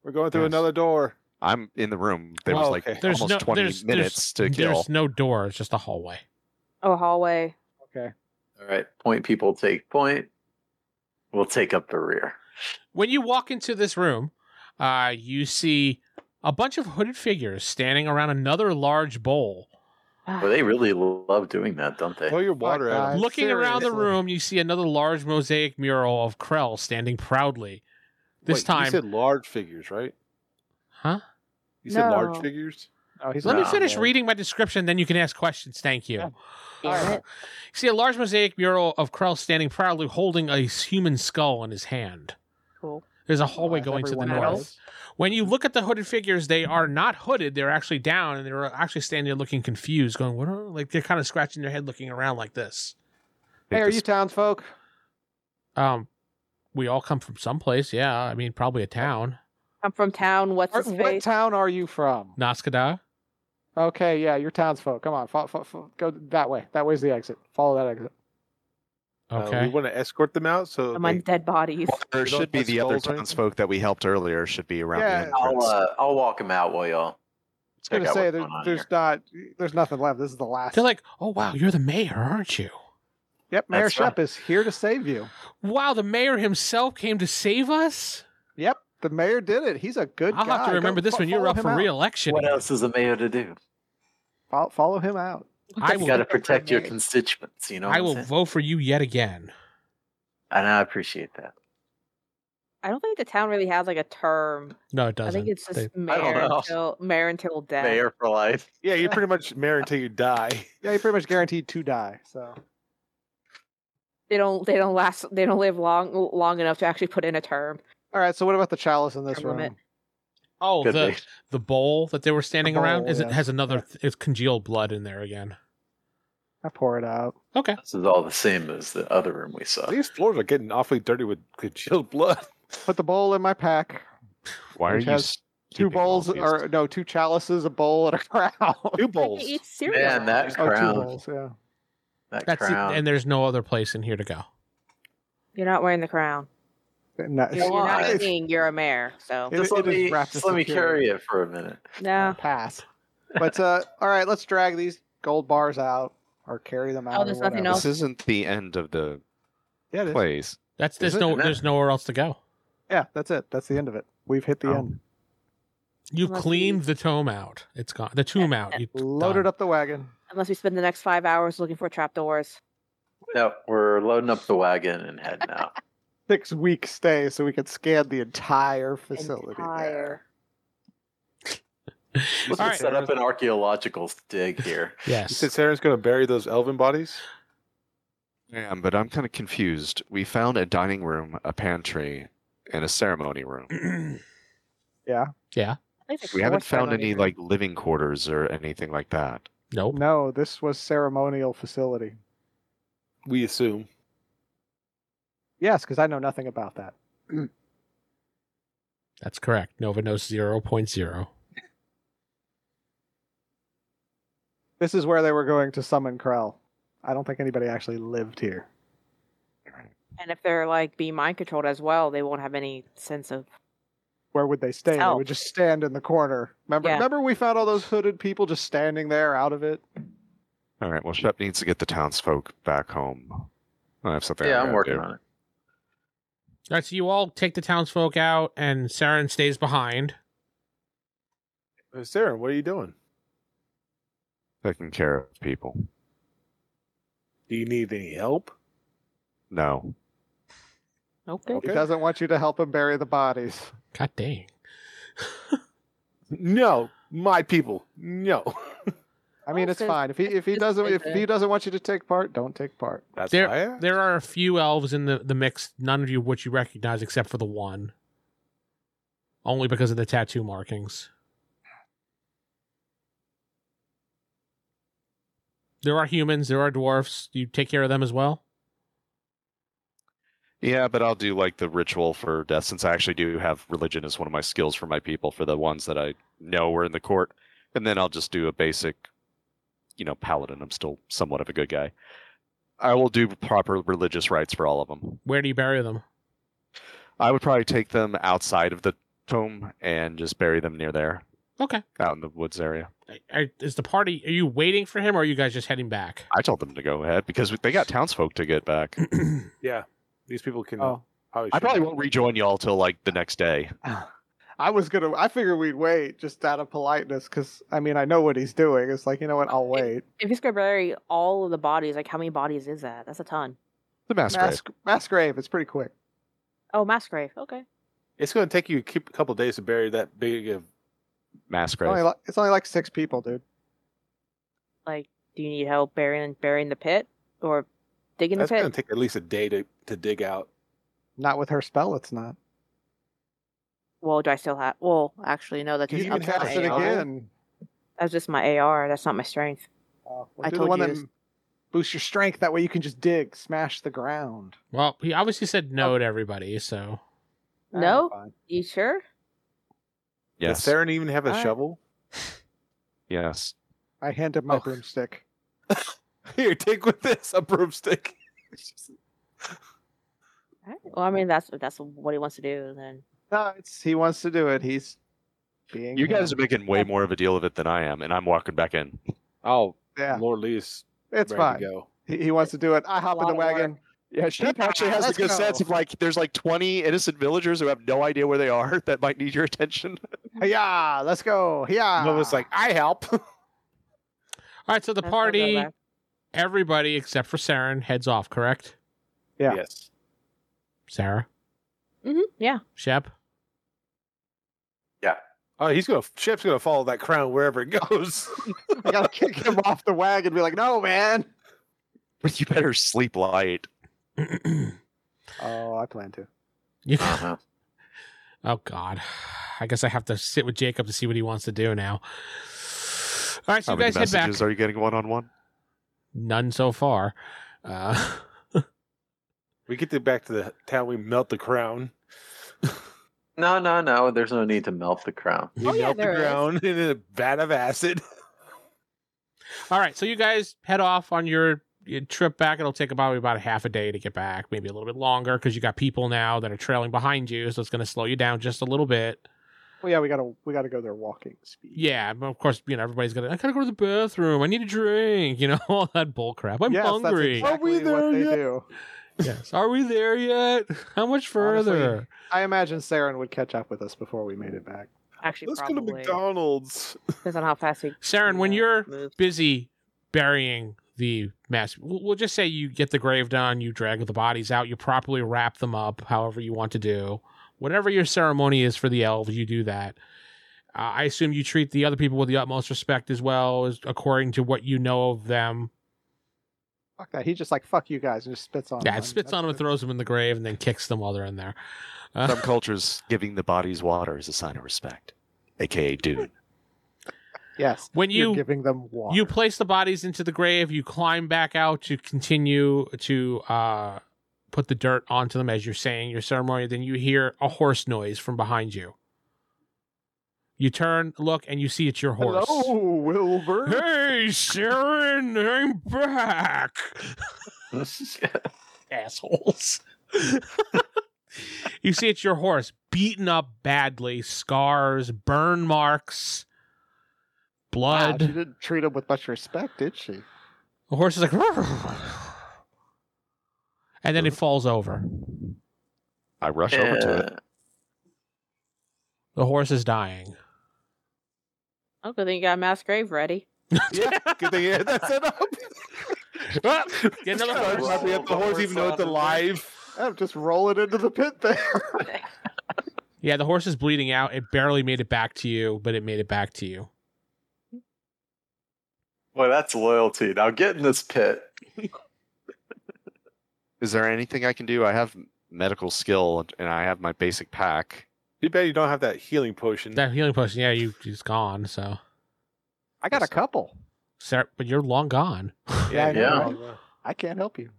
S5: we're going through
S8: Yes.
S5: another door.
S8: I'm in the room. There
S5: Oh,
S8: was like
S5: okay.
S2: There's
S8: almost
S2: no
S8: 20
S2: there's,
S8: minutes
S2: there's,
S8: to kill.
S2: There's no door. It's just a hallway.
S6: Oh, hallway.
S7: Okay.
S4: All right, point people take point. We'll take up the rear.
S2: When you walk into this room, uh, you see a bunch of hooded figures standing around another large bowl.
S6: Ah,
S4: Well, they really love doing that, don't they?
S5: Throw your water
S7: Fuck,
S5: at
S7: guys.
S5: him.
S2: Looking around the
S7: seriously.
S2: room, you see another large mosaic mural of Krell standing proudly. This
S5: Wait,
S2: time,
S5: you said large figures, right?
S2: huh?
S5: You said large
S6: No.
S5: figures.
S7: Oh, he's
S2: Let me
S4: Nah,
S2: finish
S7: man.
S2: reading my description, then you can ask questions. Thank you.
S7: Yeah.
S6: Damn it.
S2: You see a large mosaic mural of Krell standing proudly holding a human skull in his hand.
S6: Cool.
S2: There's a hallway
S7: As
S2: going to the
S7: everyone
S2: north.
S7: knows.
S2: When you look at the hooded figures, they are not hooded. They're actually down, and they're actually standing there looking confused, going, "What?" Are, like they're kind of scratching their head, looking around like this.
S7: Hey, are you townsfolk?
S2: Um, we all come from someplace. Yeah, I mean, probably a town.
S6: I'm from town. What's
S7: Are,
S6: his
S7: what
S6: face?
S7: town are you from?
S2: Naskada.
S7: Okay, yeah, you're townsfolk. Come on, fo- fo- fo- go that way. That way's the exit. Follow that exit.
S5: Uh,
S2: Okay.
S5: we want to escort them out, so
S6: I'm
S5: they-
S6: on dead bodies.
S8: There
S5: We don't
S8: should be
S5: touch
S8: the other
S5: skulls or anything?
S8: townsfolk that we helped earlier should be around
S7: Yeah.
S8: the
S4: I'll
S8: entrance.
S4: uh, I'll walk them out while y'all.
S7: It's gonna
S4: check out
S7: say
S4: what's
S7: there,
S4: going on
S7: there's
S4: here.
S7: not, there's nothing left. This is the last.
S2: They're like, "Oh wow, you're the mayor, aren't you?"
S7: yep, Mayor
S4: That's
S7: Shep is here to save you.
S2: Wow, the mayor himself came to save us.
S7: Yep, the mayor did it. He's a good
S2: I'll
S7: guy.
S2: have to
S7: Go
S2: remember this
S7: fo-
S2: when you're
S7: follow
S2: up
S7: him
S2: for
S7: out.
S2: reelection.
S4: What else is a mayor to do?
S7: Fo- follow him out.
S6: [LAUGHS]
S2: I
S4: You
S2: will.
S4: got to protect your
S6: mayor.
S4: constituents. You know, what
S2: I
S4: I'm
S2: will
S4: saying?
S2: vote for you yet again.
S4: and I appreciate that.
S6: I don't think the town really has like a term.
S2: No, it
S6: I
S2: doesn't.
S6: think it's just
S2: They-
S6: mayor
S4: know.
S6: until mayor until death.
S4: Mayor for life.
S5: yeah, you're [LAUGHS] pretty much mayor until you die.
S7: Yeah, you're pretty much guaranteed to die. So
S6: They don't. They don't last. They don't live long long enough to actually put in a term.
S7: All right. So what about the chalice in this
S6: Term limit.
S7: room?
S2: Oh,
S4: Could
S2: the
S4: be.
S2: the bowl that they were standing
S7: The bowl,
S2: around is it
S7: yeah.
S2: has another th- it's congealed blood in there again.
S7: I pour it out.
S2: Okay.
S4: This is all the same as the other room we saw.
S5: These floors are getting awfully dirty with congealed blood.
S7: Put the bowl in my pack.
S3: Why are
S7: Which
S3: you
S7: has
S3: s-
S7: Two
S3: keeping all
S7: bowls,
S3: these-
S7: or no, two chalices, a bowl, and a [LAUGHS] crown.
S5: Two
S6: I can
S5: bowls.
S6: eat cereal.
S4: Man, that
S7: Oh, two
S4: crown.
S7: bowls. Yeah.
S4: That
S2: That's it.
S4: crown.
S2: And there's no other place in here to go.
S6: You're not wearing the crown.
S7: Nice.
S6: You're, you're not
S4: Why?
S6: king. You're a mayor. So
S7: It-
S4: just
S7: it
S4: let,
S7: is
S4: me,
S7: wrapped
S4: just
S7: in
S4: let me
S7: security.
S4: carry it for a minute.
S6: no.
S7: pass. But uh, all right, let's drag these gold bars out or carry them
S6: Oh,
S7: out. or
S6: there's nothing
S7: whatever.
S6: else.
S3: This isn't the end of the
S7: Yeah, it is.
S3: place.
S2: That's there's
S3: it?
S2: no
S4: And that-
S2: there's nowhere else to go.
S7: yeah, that's it. That's the end of it. We've hit the
S3: Oh.
S7: end.
S2: You
S6: Unless
S2: cleaned the tomb out. It's gone. The tomb out. You
S7: Loaded up the wagon.
S6: Unless we spend the next five hours looking for trapdoors.
S4: No, we're loading up the wagon and heading out.
S7: Six week stay, so we could scan the entire facility. there.
S6: Entire.
S4: Let's
S2: All right.
S4: set up an archaeological dig here.
S5: You
S2: Yes.
S5: said Sarah's going to bury those elven bodies?
S3: Yeah, but I'm kind of confused. We found a dining room, a pantry, and a ceremony room.
S6: I think it's
S3: We
S6: a
S3: haven't found
S6: fourth ceremony
S3: any
S6: room.
S3: like living quarters or anything like that.
S2: nope.
S7: No, this was ceremonial facility.
S5: We assume.
S7: Yes, because I know nothing about that.
S2: That's correct. Nova knows 0.0.
S7: This is where they were going to summon Krell. I don't think anybody actually lived here.
S6: And if they're like being mind controlled as well, they won't have any sense of.
S7: Where would they stay? They
S6: Out.
S7: would just stand in the corner. Remember,
S6: Oh. Yeah.
S7: remember, we found all those hooded people just standing there out of it.
S3: All right. Well, Shep needs to get the townsfolk back home. I have something.
S4: Yeah,
S3: I
S4: I'm
S3: gotta
S4: working
S3: do.
S4: on it.
S2: All right, so you all take the townsfolk out, and Saren stays behind.
S5: Uh, Sarah, what are you doing?
S3: Taking care of people.
S5: Do you need any help?
S3: No.
S6: Okay.
S7: He doesn't want you to help him bury the bodies.
S2: God dang.
S5: No, my people. No.
S7: I mean,
S6: Oh,
S7: it's
S6: so-
S7: fine. If he if he
S6: it's
S7: doesn't if
S6: like a-
S7: he doesn't want you to take part, don't take part.
S5: [LAUGHS] That's
S2: There-
S5: why I asked.
S2: There are a few elves in the, the mix, none of you which you recognize except for the one. Only because of the tattoo markings. There are humans, there are dwarfs. Do you take care of them as well?
S3: Yeah, but I'll do like the ritual for death since I actually do have religion as one of my skills for my people for the ones that I know were in the court, and then I'll just do a basic, you know, paladin. I'm still somewhat of a good guy. I will do proper religious rites for all of them.
S2: Where do you bury them?
S3: I would probably take them outside of the tomb and just bury them near there,
S2: Okay.
S3: out in the woods area.
S2: Are- Is the party, are you waiting for him or are you guys just heading [CLEARS THROAT] back?
S3: I told them to go ahead because they got townsfolk to get [LAUGHS] back.
S5: yeah, these people can
S7: Oh,
S5: probably.
S3: I probably
S5: shoot.
S3: won't rejoin y'all till like the next day.
S7: I was gonna. I figured we'd wait just out of politeness, because I mean, I know what he's doing. It's like you know what? I'll wait.
S6: If he's gonna bury all of the bodies, like how many bodies is that? That's a ton.
S3: The mass grave.
S7: Mass, mass grave. It's pretty quick.
S6: Oh, mass grave. Okay.
S5: It's going to take you a keep- couple days to bury that big of.
S3: Mass
S7: It's only
S3: grave.
S7: like, it's only like six people, dude.
S6: Like, do you need help burying burying the pit or digging
S5: That's
S6: the
S5: going to
S6: pit?
S5: take at least a day to, to dig out.
S7: Not with her spell, it's not.
S6: Well, do I still have? Well, actually, no. That's
S5: You
S6: just
S5: even
S6: up to
S5: have
S6: my
S7: Cast it
S5: AI.
S6: AR.
S7: again.
S6: That's just my AR. That's not my strength.
S7: Oh,
S6: I
S7: do the
S6: told
S7: one
S6: you
S7: that
S6: to-
S7: boosts your strength. That way you can just dig, smash the ground.
S2: Well, he obviously said no to everybody, so.
S7: Ah,
S6: No?
S7: fine.
S6: You sure?
S3: Yes.
S5: Does Saren even have a
S6: All right.
S5: shovel? [LAUGHS]
S3: Yes.
S7: I hand him my
S5: Oh.
S7: broomstick.
S5: Here, take with this a broomstick.
S6: All right. Well, I mean, that's that's what he wants to do. Then
S7: No, it's he wants to do it. He's being.
S3: You guys are
S7: him.
S3: making way more of a deal of it than I am, and I'm walking back in.
S5: [LAUGHS] Oh,
S7: Yeah,
S5: Lord Lee's
S7: it's
S5: ready
S7: fine.
S5: to go.
S7: He, he wants to do it. I hop
S6: lot
S7: in the
S6: of work.
S7: wagon.
S2: [LAUGHS]
S3: Yeah, Shep actually has the
S7: Let's
S3: good sense
S7: go.
S3: of like there's like 20 innocent villagers who have no idea where they are [LAUGHS] that might need your attention.
S7: Yeah, let's go. Yeah.
S5: Nova's like, I help. [LAUGHS]
S2: All right, so the
S6: That's what I
S2: party,
S6: got.
S2: everybody except for Saren, heads off, correct?
S7: Yeah.
S5: Yes.
S2: Sarah?
S6: Mhm, Yeah.
S2: Shep? [CLEARS THROAT]
S5: Oh, he's going to, Shep's going to follow that crown wherever it [LAUGHS] goes.
S7: I gotta kick him off the wagon. Be like, no, man.
S3: But you better sleep light.
S7: Oh, I plan to.
S2: you,
S4: Uh-huh.
S2: oh God, I guess I have to sit with Jacob to see what he wants to do now. All right, so
S3: How
S2: you
S3: many
S2: guys head back.
S3: messages are you getting one on one?
S2: None so far. Uh, [LAUGHS]
S5: We get to back to the town. We melt the crown.
S4: No, no, no. There's no need to melt the crown.
S5: We
S6: Oh, yeah,
S5: melt
S6: there
S5: the
S6: is.
S5: crown [LAUGHS] in a vat of acid.
S2: all right, so you guys head off on your, your trip back. It'll take about about a half a day to get back, maybe a little bit longer because you got people now that are trailing behind you, so it's going to slow you down just a little bit.
S7: Well, yeah, we gotta we gotta go there walking speed.
S2: Yeah, but of course, you know, everybody's gonna. I gotta go to the bathroom. I need a drink. [LAUGHS] You know, all that bull crap. I'm
S7: Yes, that's
S2: hungry.
S7: exactly
S5: Are we
S7: what
S5: there
S7: they
S5: yet?
S7: do.
S2: yes. Are we there yet? How much further?
S7: I imagine Saren would catch up with us before we made it back.
S6: Actually,
S5: Let's go to
S6: probably
S5: McDonald's.
S6: depends on how fast he.
S2: Saren, when
S6: yeah,
S2: you're
S6: moves.
S2: busy burying the mass, we'll we'll just say you get the grave done, you drag the bodies out, you properly wrap them up, however you want to do. Whatever your ceremony is for the elves, you do that. Uh, I assume you treat the other people with the utmost respect as well, as according to what you know of them.
S7: Fuck that. He just like fuck you guys and just spits on.
S2: Yeah,
S7: them.
S2: it spits
S7: That's
S2: on them and
S7: good.
S2: throws them in the grave and then kicks them while they're in there. Uh,
S3: Some cultures giving the bodies water is a sign of respect, aka Dune.
S7: Yes,
S2: When
S7: you're
S2: you-
S7: giving them water.
S2: you place the bodies into the grave, you climb back out to continue to uh, put the dirt onto them as you're saying your ceremony. Then you hear a horse noise from behind you. You turn, look, and you see it's your horse.
S7: Hello, Wilbur.
S2: Hey, Sharon, I'm
S7: [LAUGHS]
S2: back. Assholes. you see, it's your horse, beaten up badly, scars, burn marks,
S7: Wow,
S2: blood.
S7: Ah, she didn't treat him with much respect, did she?
S2: the horse is like, and then it falls over.
S3: I rush over to it.
S4: Uh,
S2: The horse is dying.
S6: Oh, good thing you got a mass grave ready.
S5: yeah, good thing you had that set [LAUGHS] up.
S2: Get another
S5: [LAUGHS] Sorry,
S2: horse.
S5: Bobby, if the horse even though it's alive.
S7: I'm Oh, just rolling into the pit there.
S2: Yeah, the horse is bleeding out. It barely made it back to you, but it made it back to you.
S4: Boy, that's loyalty. Now get in this pit.
S3: Is there anything I can do? I have medical skill and I have my basic pack.
S5: You bet you don't have that healing potion.
S2: That healing potion, yeah, you it's gone. So,
S7: I [LAUGHS] got a couple.
S2: Sarah, but you're long gone.
S7: Yeah, I, know,
S4: yeah.
S7: right? I can't help you.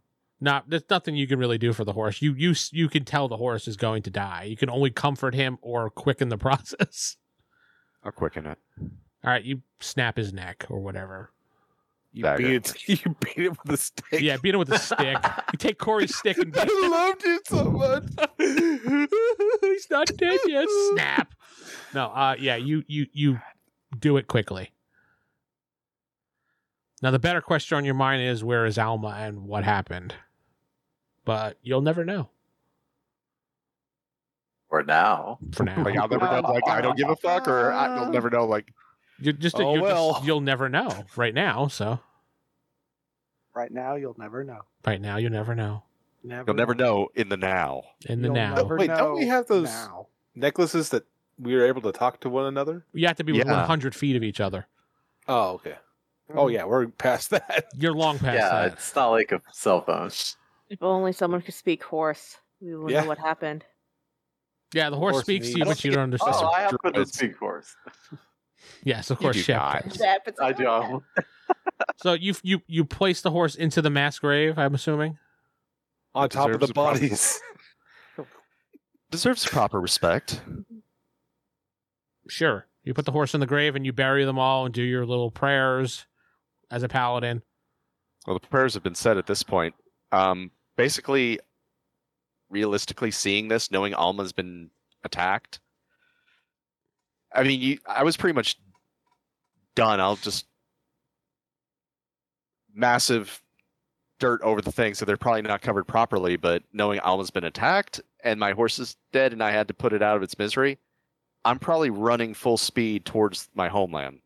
S2: not there's nothing you can really do for the horse. You you you can tell the horse is going to die. You can only comfort him or quicken the [LAUGHS] process.
S3: I'll quicken it.
S2: All right, you snap his neck or whatever.
S5: You
S3: Dagger.
S5: beat it. [LAUGHS] You beat it with a stick.
S2: Yeah, beat him with a
S4: [LAUGHS]
S2: stick. You take Corey's stick and beat
S5: I loved it so much.
S2: he's not dead yet. Snap. No, uh yeah, you you you do it quickly. Now the better question on your mind is where is Alma and what happened? But you'll never know
S4: Or now.
S2: for now.
S3: Like I'll never know. Like I don't give a fuck, or I'll never know. Like
S2: You just,
S5: Oh,
S2: you'll just-
S5: well.
S2: you'll never know right now, so
S7: Right now, you'll never know.
S2: Right now, you never know.
S7: Never.
S3: you'll never know in the now.
S2: In the
S7: You'll
S2: now,
S7: never
S5: Wait, don't
S7: know
S5: we have those-
S7: now.
S5: [LAUGHS] Necklaces that we were able to talk to one another.
S2: you have to be within
S3: Yeah.
S2: 100 feet of each other.
S5: Oh, okay. Oh yeah, we're past [LAUGHS] that.
S2: You're long past
S4: yeah,
S2: that.
S4: it's not like a cell phone.
S6: If only someone could speak horse, we would
S5: Yeah.
S6: know what
S5: [LAUGHS]
S6: happened.
S2: Yeah, the horse
S5: Horse
S2: speaks to
S5: needs-
S2: you,
S5: I don't
S2: but you don't understand.
S4: Oh, I have put the
S3: druids.
S4: speak horse.
S2: yes, of
S3: You
S2: course,
S3: do
S2: Shep
S3: not.
S2: does.
S6: That, but
S3: [LAUGHS]
S4: I do.
S2: So you you you place the horse into the mass grave. I'm assuming.
S5: On top of
S3: Deserves
S5: the
S3: a proper-
S5: bodies. [LAUGHS]
S3: Deserves proper respect.
S2: Sure, you put the horse in the grave and you bury them all and do your little prayers as a paladin.
S3: Well, the prayers have been said at this point. Um, basically, realistically, seeing this, knowing Alma's been attacked, I mean, you, I was pretty much done. I'll just massive dirt over the thing, so they're probably not covered properly. But knowing Alma's been attacked and my horse is dead, and I had to put it out of its misery, I'm probably running full speed towards my homeland.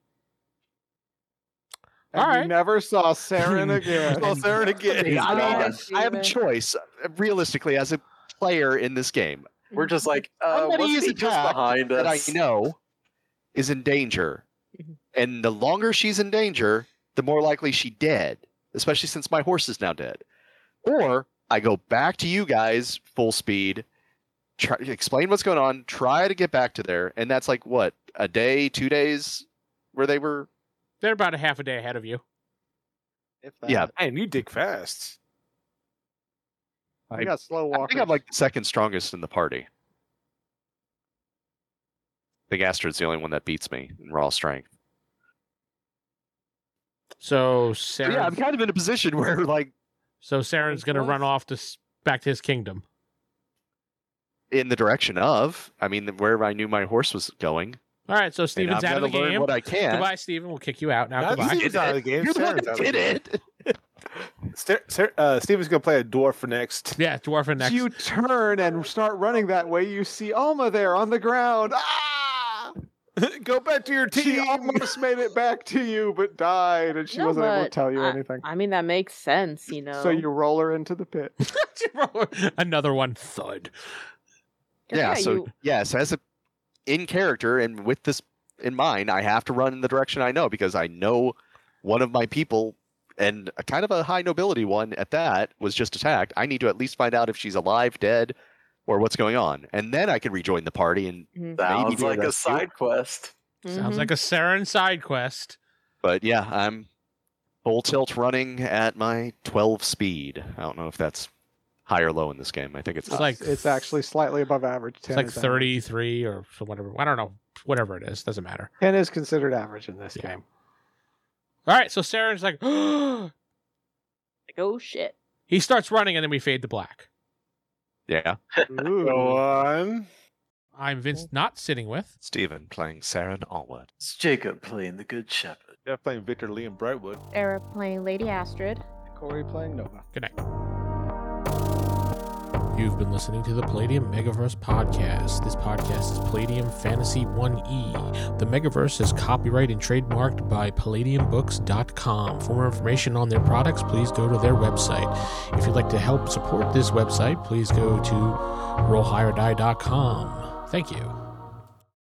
S7: And
S2: All
S7: we
S2: right.
S7: never
S2: [LAUGHS]
S7: saw Saren again.
S3: Well, there it again. I mean,
S6: Yes,
S3: I have a
S6: Steven.
S3: choice. Realistically, as a player in this game,
S4: We're just like, uh,
S3: Somebody
S4: what's
S3: is
S4: he just
S3: attacked
S4: behind
S3: that I
S4: us?
S3: know is in danger,
S6: Mhm.
S3: and the longer she's in danger, the more likely she dead. Especially since my horse is now dead, or I go back to you guys full speed, try, explain what's going on, try to get back to there, and that's like what a day, two days, where they were.
S2: They're about a half a day ahead of you.
S7: If that,
S3: Yeah.
S5: Man, you dig fast.
S7: we got slow
S3: I
S7: walkers.
S3: think I'm like the second strongest in the party. I think Astrid's the only one that beats me in raw strength.
S2: So
S3: So
S2: Saren,
S3: yeah, I'm kind of in a position [LAUGHS] where like
S2: so Saren's gonna run off to s- back to his kingdom.
S3: in the direction of, I mean, wherever I knew my horse was going.
S2: All right, so
S3: And
S2: Steven's
S3: I'm
S2: out of the
S3: gonna learn
S2: game.
S3: what I can.
S2: Goodbye, Steven. We'll kick you out now.
S5: Not
S2: Goodbye.
S5: Steven's out of the game.
S3: You're the one
S5: Saren's
S3: that
S5: out of the
S3: did
S5: game.
S3: it.
S5: Star- Sar- uh, Steven's gonna play a dwarf for next.
S2: Yeah, dwarf and next.
S7: You turn and start running that way. You see Alma there on the ground. Ah!
S5: [LAUGHS] Go back to your
S7: She
S5: team.
S7: almost made it back to you, but died, and she
S6: No,
S7: wasn't able to
S6: but
S7: tell you anything.
S6: I mean, that makes sense, you know.
S7: So you roll her into the pit.
S2: [LAUGHS] Another one thud.
S6: 'Cause,
S3: yeah, so
S6: you-
S3: yes, as a in character and with this in mind, I have to run in the direction I know because I know one of my people and a kind of a high nobility one at that was just attacked. I need to at least find out if she's alive, dead, or what's going on. And then I could rejoin the party and Maybe
S6: mhm,
S4: Sounds
S3: do
S4: like
S3: that.
S4: a side quest.
S2: Sounds
S3: Mm-hmm.
S6: mhm.
S2: like a Saren side quest.
S3: but yeah, I'm full tilt running at my 12 speed. I don't know if that's high or low in this game. I think it's,
S2: [LAUGHS] It's like
S7: Uh, it's actually slightly above average.
S2: it's
S7: 10
S2: like
S7: is average.
S2: thirty three or so whatever. I don't know. Whatever it is, doesn't matter.
S7: 10 is considered average in this
S2: Yeah.
S7: game.
S2: All right, so Saren's like, [GASPS]
S6: Like, oh shit.
S2: he starts running, and then we fade to black.
S8: Yeah.
S5: [LAUGHS] Go
S7: Ooh.
S5: on.
S2: I'm Vince, not sitting with.
S8: Steven playing Saren Allwood.
S4: It's Jacob playing the Good Shepherd.
S5: They're playing Victor Lee and Brightwood.
S6: Era playing Lady Astrid.
S7: Corey playing Nova.
S2: Good night. You've been listening to the Palladium Megaverse podcast. This podcast is Palladium Fantasy 1E. The Megaverse is copyright and trademarked by PalladiumBooks.com. For more information on their products, please go to their website. If you'd like to help support this website, please go to RollHigherDie.com. Thank you.